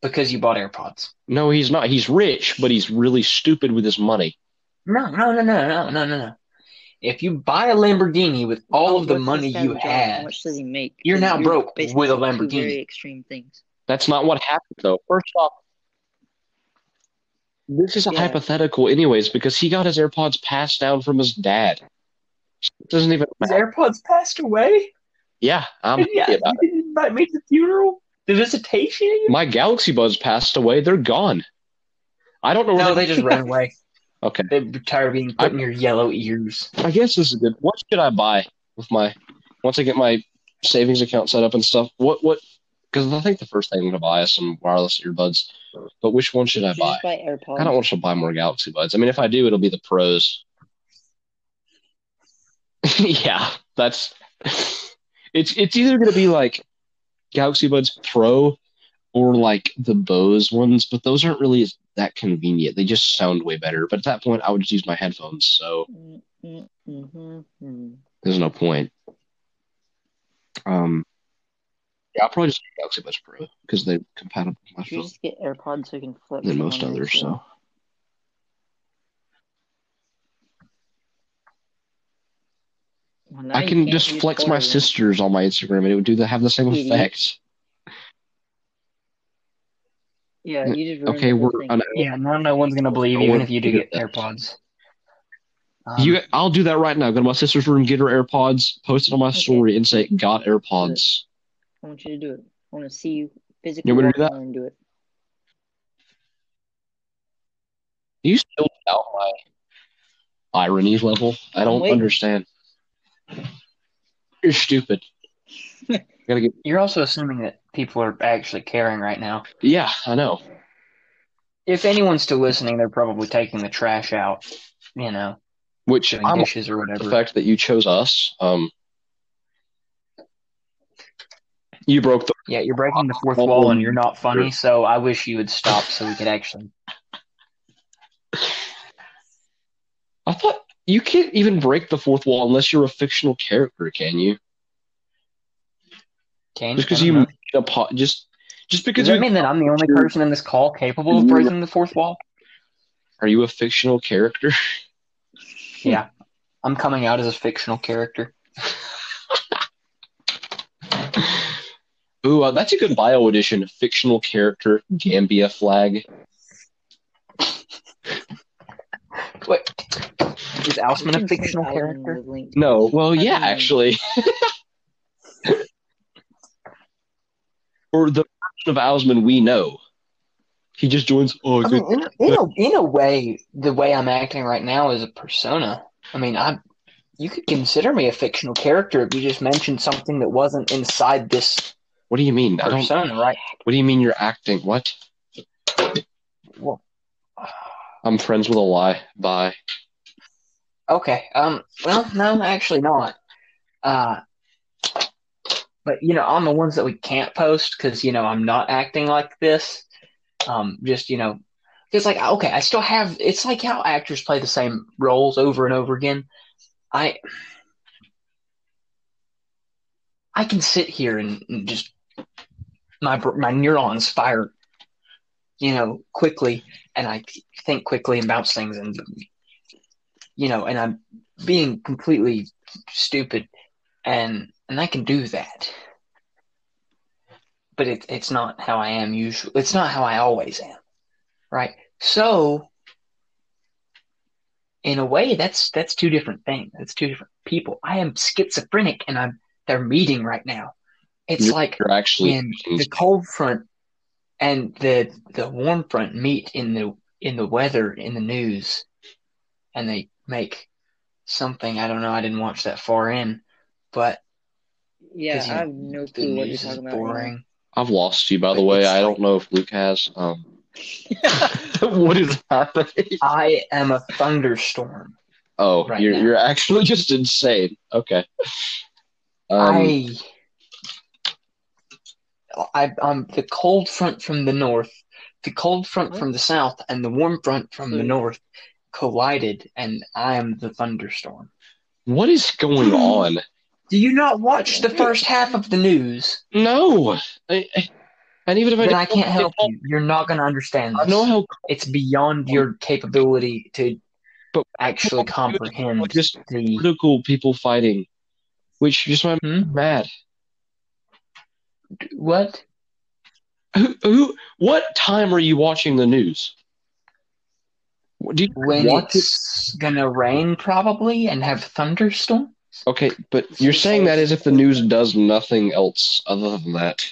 B: because you bought AirPods.
A: No, he's not. He's rich, but he's really stupid with his money.
B: No, no, no, no, no, no, no, no. If you buy a Lamborghini with all of the
C: Oh, What's this
B: money
C: guy's
B: you
C: job? How
B: have,
C: much does he make?
B: You're
C: 'Cause
B: now broke
C: basically
B: with a
C: two
B: Lamborghini.
C: Very extreme things.
A: That's not what happened, though. First off, this is a
C: Yeah.
A: hypothetical, anyways, because he got his AirPods passed down from his dad. It doesn't even
B: his
A: matter.
B: AirPods passed away.
A: Yeah, I'm happy
B: yeah,
A: about
B: you didn't invite me to the funeral, the visitation.
A: it. My Galaxy Buds passed away. They're gone. I don't know where
B: No, they just ran away.
A: Okay.
B: They're tired of being put in your yellow ears.
A: I guess this is good. What should I buy with my once I get my savings account set up and stuff? What what? Because I think the first thing I'm gonna buy is some wireless earbuds. But which one should I
C: You should
A: buy?
C: just buy AirPods.
A: I don't want to buy more Galaxy Buds. I mean, if I do, it'll be the pros. yeah, that's it's it's either gonna be like Galaxy Buds Pro or like the Bose ones, but those aren't really that convenient. They just sound way better. But at that point, I would just use my headphones, so
C: Mm, mm, mhm, mm.
A: there's no point. Um, yeah, I'll probably just get Galaxy Buds Pro because they're compatible with my
C: You should
A: phone
C: just get AirPods so you can flip.
A: than most
C: on those,
A: others.
C: yeah.
A: So
C: Well, now
A: I
C: you
A: can
C: can't
A: just
C: use
A: flex my
C: Twitter.
A: sisters on my Instagram and it would do the, have the same
C: Idiot.
A: effect.
C: Yeah, you just ruined
A: Okay,
C: the whole
A: we're
C: thing.
A: an,
B: Yeah, no, no one's gonna believe
A: No
B: you, even
A: one-
B: if you do get AirPods. Um,
A: you. I'll do that right now. Go to my sister's room, get her AirPods, post it on my
C: Okay.
A: story, and say got AirPods.
C: I want you to do it. I want to see you physically
A: You want me
C: walk
A: to do that?
C: down and do it.
A: You still doubt my irony level? I don't
C: Wait.
A: understand. You're stupid. Gotta get.
B: you're also assuming that people are actually caring right now.
A: Yeah, I know.
B: If anyone's still listening, they're probably taking the trash out, you know,
A: Which
B: doing
A: I'm
B: dishes or
A: the
B: whatever.
A: fact that you chose us. Um, you broke the.
B: Yeah, you're breaking the fourth wall and you're not funny, so I wish you would stop so we could actually.
A: I thought you can't even break the fourth wall unless you're a fictional character, can you?
B: Can
A: Just
B: I
A: because
B: don't
A: you
B: know.
A: made a po- just just because
B: Does that
A: you
B: mean that I'm the only
A: You're-
B: person in this call capable of breaking the fourth wall?
A: are you a fictional character?
B: Yeah. I'm coming out as a fictional character.
A: Ooh, uh, that's a good bio edition. Fictional character, Gambia flag.
B: Wait. Is Ousman a
C: You can send
B: fictional
C: Alan
B: character?
C: the link.
A: No, well, yeah,
C: mean-
A: actually. or the version of Osman we know. He just joins. Oh,
B: I
A: good.
B: mean, in, a- in, a, in a way, the way I'm acting right now is a persona. I mean, I'm. You could consider me a fictional character if you just mentioned something that wasn't inside this
A: What do you mean? I don't.
B: persona, right?
A: What do you mean you're acting? What?
B: Well,
A: I'm friends with a lie. Bye.
B: Okay. Um. Well, no, actually not. Uh. But you know, on the ones that we can't post, because you know I'm not acting like this. Um. Just you know, because like okay, I still have. It's like how actors play the same roles over and over again. I. I can sit here and and just my br- my neurons fire, you know, quickly, and I think quickly and bounce things, and you know, and I'm being completely stupid and and I can do that. But it, it's not how I am usually. It's not how I always am, right? So, in a way, that's that's two different things. That's two different people. I am schizophrenic, and I'm they're meeting right now. It's
A: You're-
B: like
A: You're actually.
B: when the cold front and the the warm front meet in the in the weather in the news and they make something i don't know i didn't watch that far in but
C: Yeah,
B: 'cause, you
C: I have
B: know,
C: no
B: the
C: clue what you're
B: news is
C: talking about.
B: boring
A: I've lost you, by the
B: But
A: way.
B: it's
A: I
B: like-
A: don't know if Luke has. Um,
C: right
A: what is happening?
B: i am a thunderstorm
A: Oh,
B: Right
A: you're
B: now.
A: you're actually just insane. Okay. Um,
B: i I, I'm the cold front from the north, the cold front
C: What?
B: from the south, and the warm front from the
C: Hmm.
B: north collided, and I am the thunderstorm.
A: what is going on?
B: Do you not watch the first half of the news?
A: No, I, I, and even if I,
B: then
A: did-
B: I can't help you. You're not going to understand
A: I
B: this.
A: know how
B: It's beyond your capability to
A: But-
B: actually comprehend
A: like, just
B: the.
A: political people fighting, which just made
B: Hmm?
A: me mad.
B: What?
A: Who, who? What time are you watching the news? What- Do you
B: When
A: watch it?
B: it's going to rain probably and have thunderstorm?
A: Okay, but you're saying that as if the news does nothing else other than that.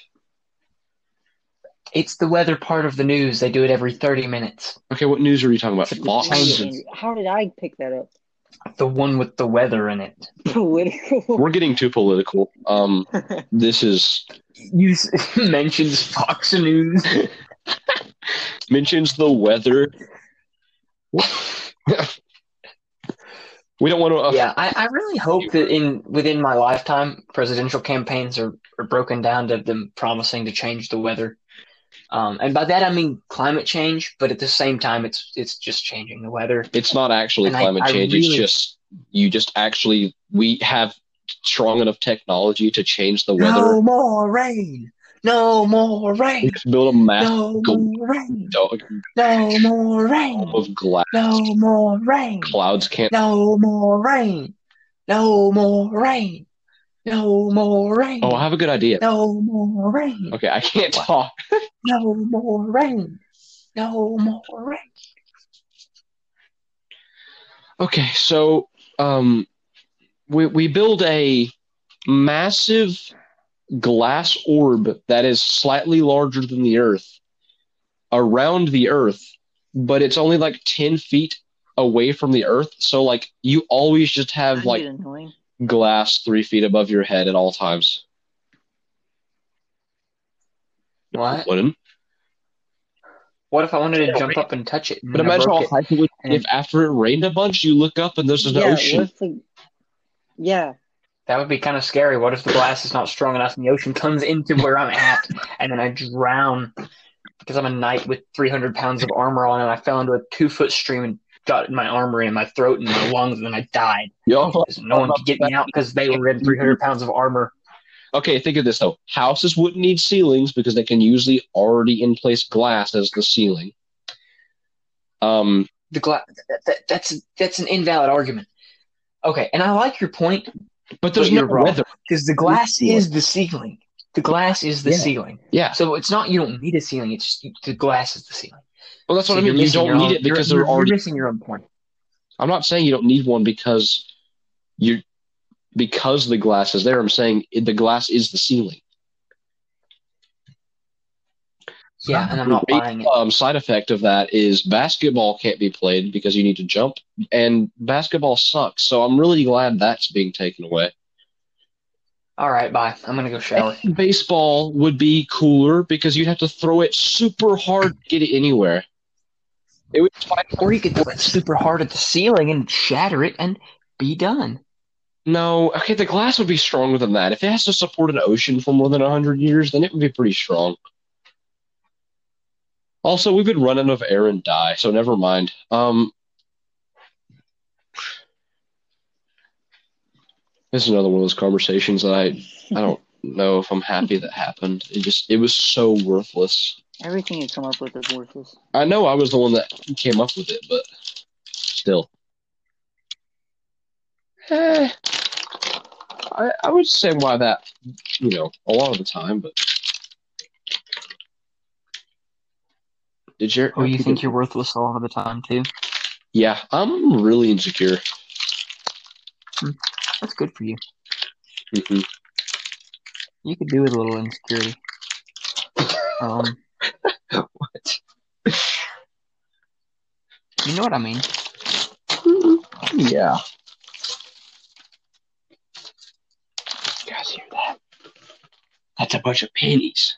B: It's the weather part of the news. They do it every 30 minutes.
A: Okay, what news are you talking about?
B: It's a
A: Fox.
B: change
A: and-
C: Andrew, How did I pick that up?
B: The one with the weather in it.
C: Political.
A: We're getting too political. Um, this is
B: You s- mentions Fox News.
A: mentions the weather. We don't uh, want to.
B: yeah, I, I really hope that in within my lifetime, presidential campaigns are, are broken down to them promising to change the weather. Um, and by that I mean climate change, but at the same time, it's it's just changing the weather.
A: It's not actually
B: And I-
A: climate
B: I
A: change. It's
B: really-
A: just you just actually we have strong enough technology to change the weather.
B: No more rain. No more
A: We
B: rain.
A: just build a massive
B: No more rain.
A: dog
B: No more rain.
A: of glass.
B: No more rain.
A: Clouds can't.
B: No more rain. No more rain. No more rain.
A: Oh, I have a good idea.
B: No more rain.
A: Okay, I can't talk.
B: No more rain. No more rain.
A: Okay, so um, we we build a massive glass orb that is slightly larger than the Earth around the Earth, but it's only like ten feet away from the Earth. So like you always just have
C: That'd
A: like
C: get annoying.
A: glass three feet above your head at all times.
B: What?
A: Wouldn't?
B: What if I wanted to jump up and touch it?
A: But imagine how
B: it.
A: hype it would be if
B: And-
A: after it rained a bunch, you look up and there's an
C: yeah,
A: ocean.
C: What if, like, yeah,
B: That would be kind of scary. What if the glass is not strong enough and the ocean comes into where I'm at and then I drown because I'm a knight with 300 pounds of armor on and I fell into a two foot stream and got my armor in my throat and my lungs and then I died.
A: Yo.
B: 'Cause No one could get me out because they were in 300 pounds of armor.
A: Okay, think of this though. Houses wouldn't need ceilings because they can use the already in place glass as the ceiling. Um,
B: The gla- that, that, that's, that's an invalid argument. Okay, and I like your point
A: but there's
B: But
A: no
B: you're wrong.
A: weather.
B: because the glass is the ceiling. The glass is the
A: Yeah.
B: ceiling.
A: Yeah.
B: So it's not you don't need a ceiling. It's just, the glass is the ceiling.
A: Well, that's what
B: So
A: I
B: you're
A: mean. You
B: missing
A: don't
B: your
A: need
B: own-
A: it because
B: you're,
A: they're
B: you're
A: already.
B: missing your own point.
A: I'm not saying you don't need one because you because the glass is there. I'm saying it- the glass is the ceiling.
B: Yeah, and I'm not
A: Wait,
B: buying it.
A: um, side effect of that is basketball can't be played because you need to jump, and basketball sucks. So I'm really glad that's being taken away.
B: All right, bye. I'm gonna go shower.
A: And baseball would be cooler because you'd have to throw it super hard to get it anywhere. It would
B: Or you could throw it super hard at the ceiling and shatter it and be done.
A: no okay. The glass would be stronger than that. If it has to support an ocean for more than hundred years, then it would be pretty strong. Also, we've been running out of air and die, so never mind. Um, this is another one of those conversations that I I don't know if I'm happy that happened. It just it was so worthless.
C: everything you come up with is worthless.
A: I know I was the one that came up with it, but still. Eh, I, I would say why that, you know, a lot of the time, but. Did your.
B: Or Oh, you think you're worthless a lot of the time too.
A: Yeah, I'm really insecure.
B: That's good for you.
A: Mhm.
B: You could do with a little insecurity. Um,
A: What?
B: you know what I mean.
A: Yeah. You guys hear that? That's a bunch of pennies.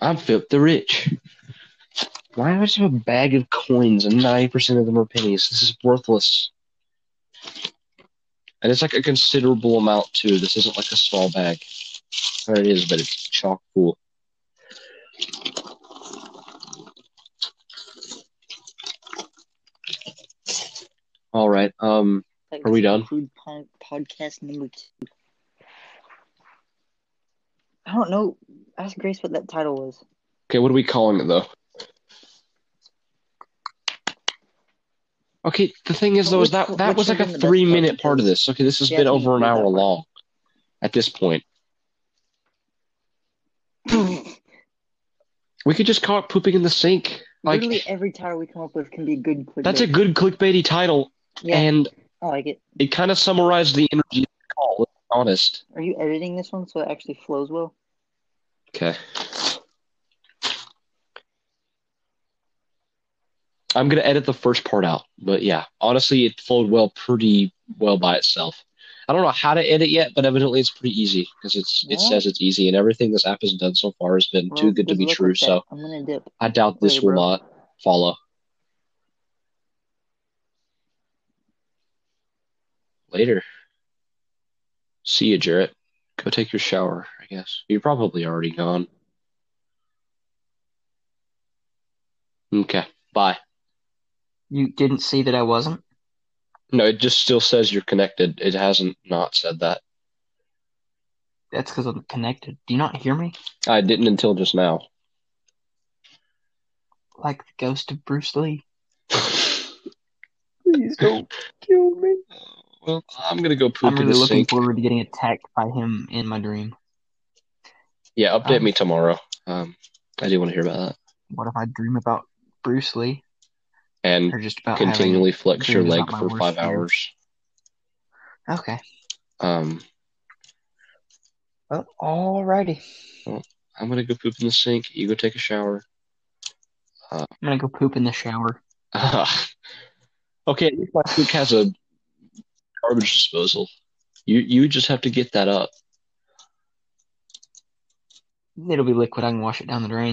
A: I'm filthy rich. Why do I just have a bag of coins and 90% of them are pennies? This is worthless. And it's like a considerable amount, too. This isn't like a small bag. Or it is, but it's chock full. All right. Um,
C: That
A: Are we done?
C: Food pod- podcast number two. I don't know. Ask Grace what that title was.
A: Okay, what are we calling it though? Okay, the thing is
C: But
A: though, is
C: which-
A: that that
C: which
A: was like a
C: one's in the best
A: three minute
C: place?
A: part of this. Okay, this has
C: Yeah,
A: been
C: I think
A: over an
C: we did
A: hour
C: that part.
A: long at this point. We could just call it pooping in the sink. Like
C: Literally every title we come up with can be a good clickbait.
A: that's a good clickbaity title,
C: Yeah,
A: and
C: I like it.
A: it kind of summarized the energy of the call, let's be honest.
C: Are you editing this one so it actually flows well?
A: Okay. I'm gonna edit the first part out, but yeah, honestly, it flowed well, pretty well by itself. I don't know how to edit yet, but evidently it's pretty easy because it's it
C: Yeah.
A: says it's easy, and everything this app has done so far has been too
C: Well,
A: good to
C: just
A: be
C: look
A: true.
C: at that.
A: So
C: I'm gonna dip.
A: I doubt this
C: Wait,
A: will
C: bro.
A: not follow. Later. See you, Jarrett. Go take your shower, I guess. You're probably already gone. Okay. Bye.
B: You didn't see that I wasn't.
A: No, it just still says you're connected. It hasn't not said that.
B: That's because I'm connected. Do you not hear me?
A: I didn't until just now.
B: Like the ghost of Bruce Lee. Please don't kill me.
A: Well, I'm gonna go poop
B: I'm
A: in
B: really
A: the
B: looking
A: sink.
B: forward to getting attacked by him in my dream.
A: yeah, update
B: um,
A: me tomorrow. Um, I do want to hear about that.
B: What if I dream about Bruce Lee
A: And
B: or just about
A: continually flex your
B: dreams
A: leg
B: about my
A: for
B: worst
A: five
B: fear.
A: hours.
B: Having... Okay.
A: Um,
B: Well, alrighty.
A: I'm gonna go poop in the sink. You go take a shower.
B: I'm gonna go poop in the shower.
A: Ah. okay, at least my sink has a garbage disposal. You you just have to get that up.
B: It'll be liquid. I can wash it down the drain.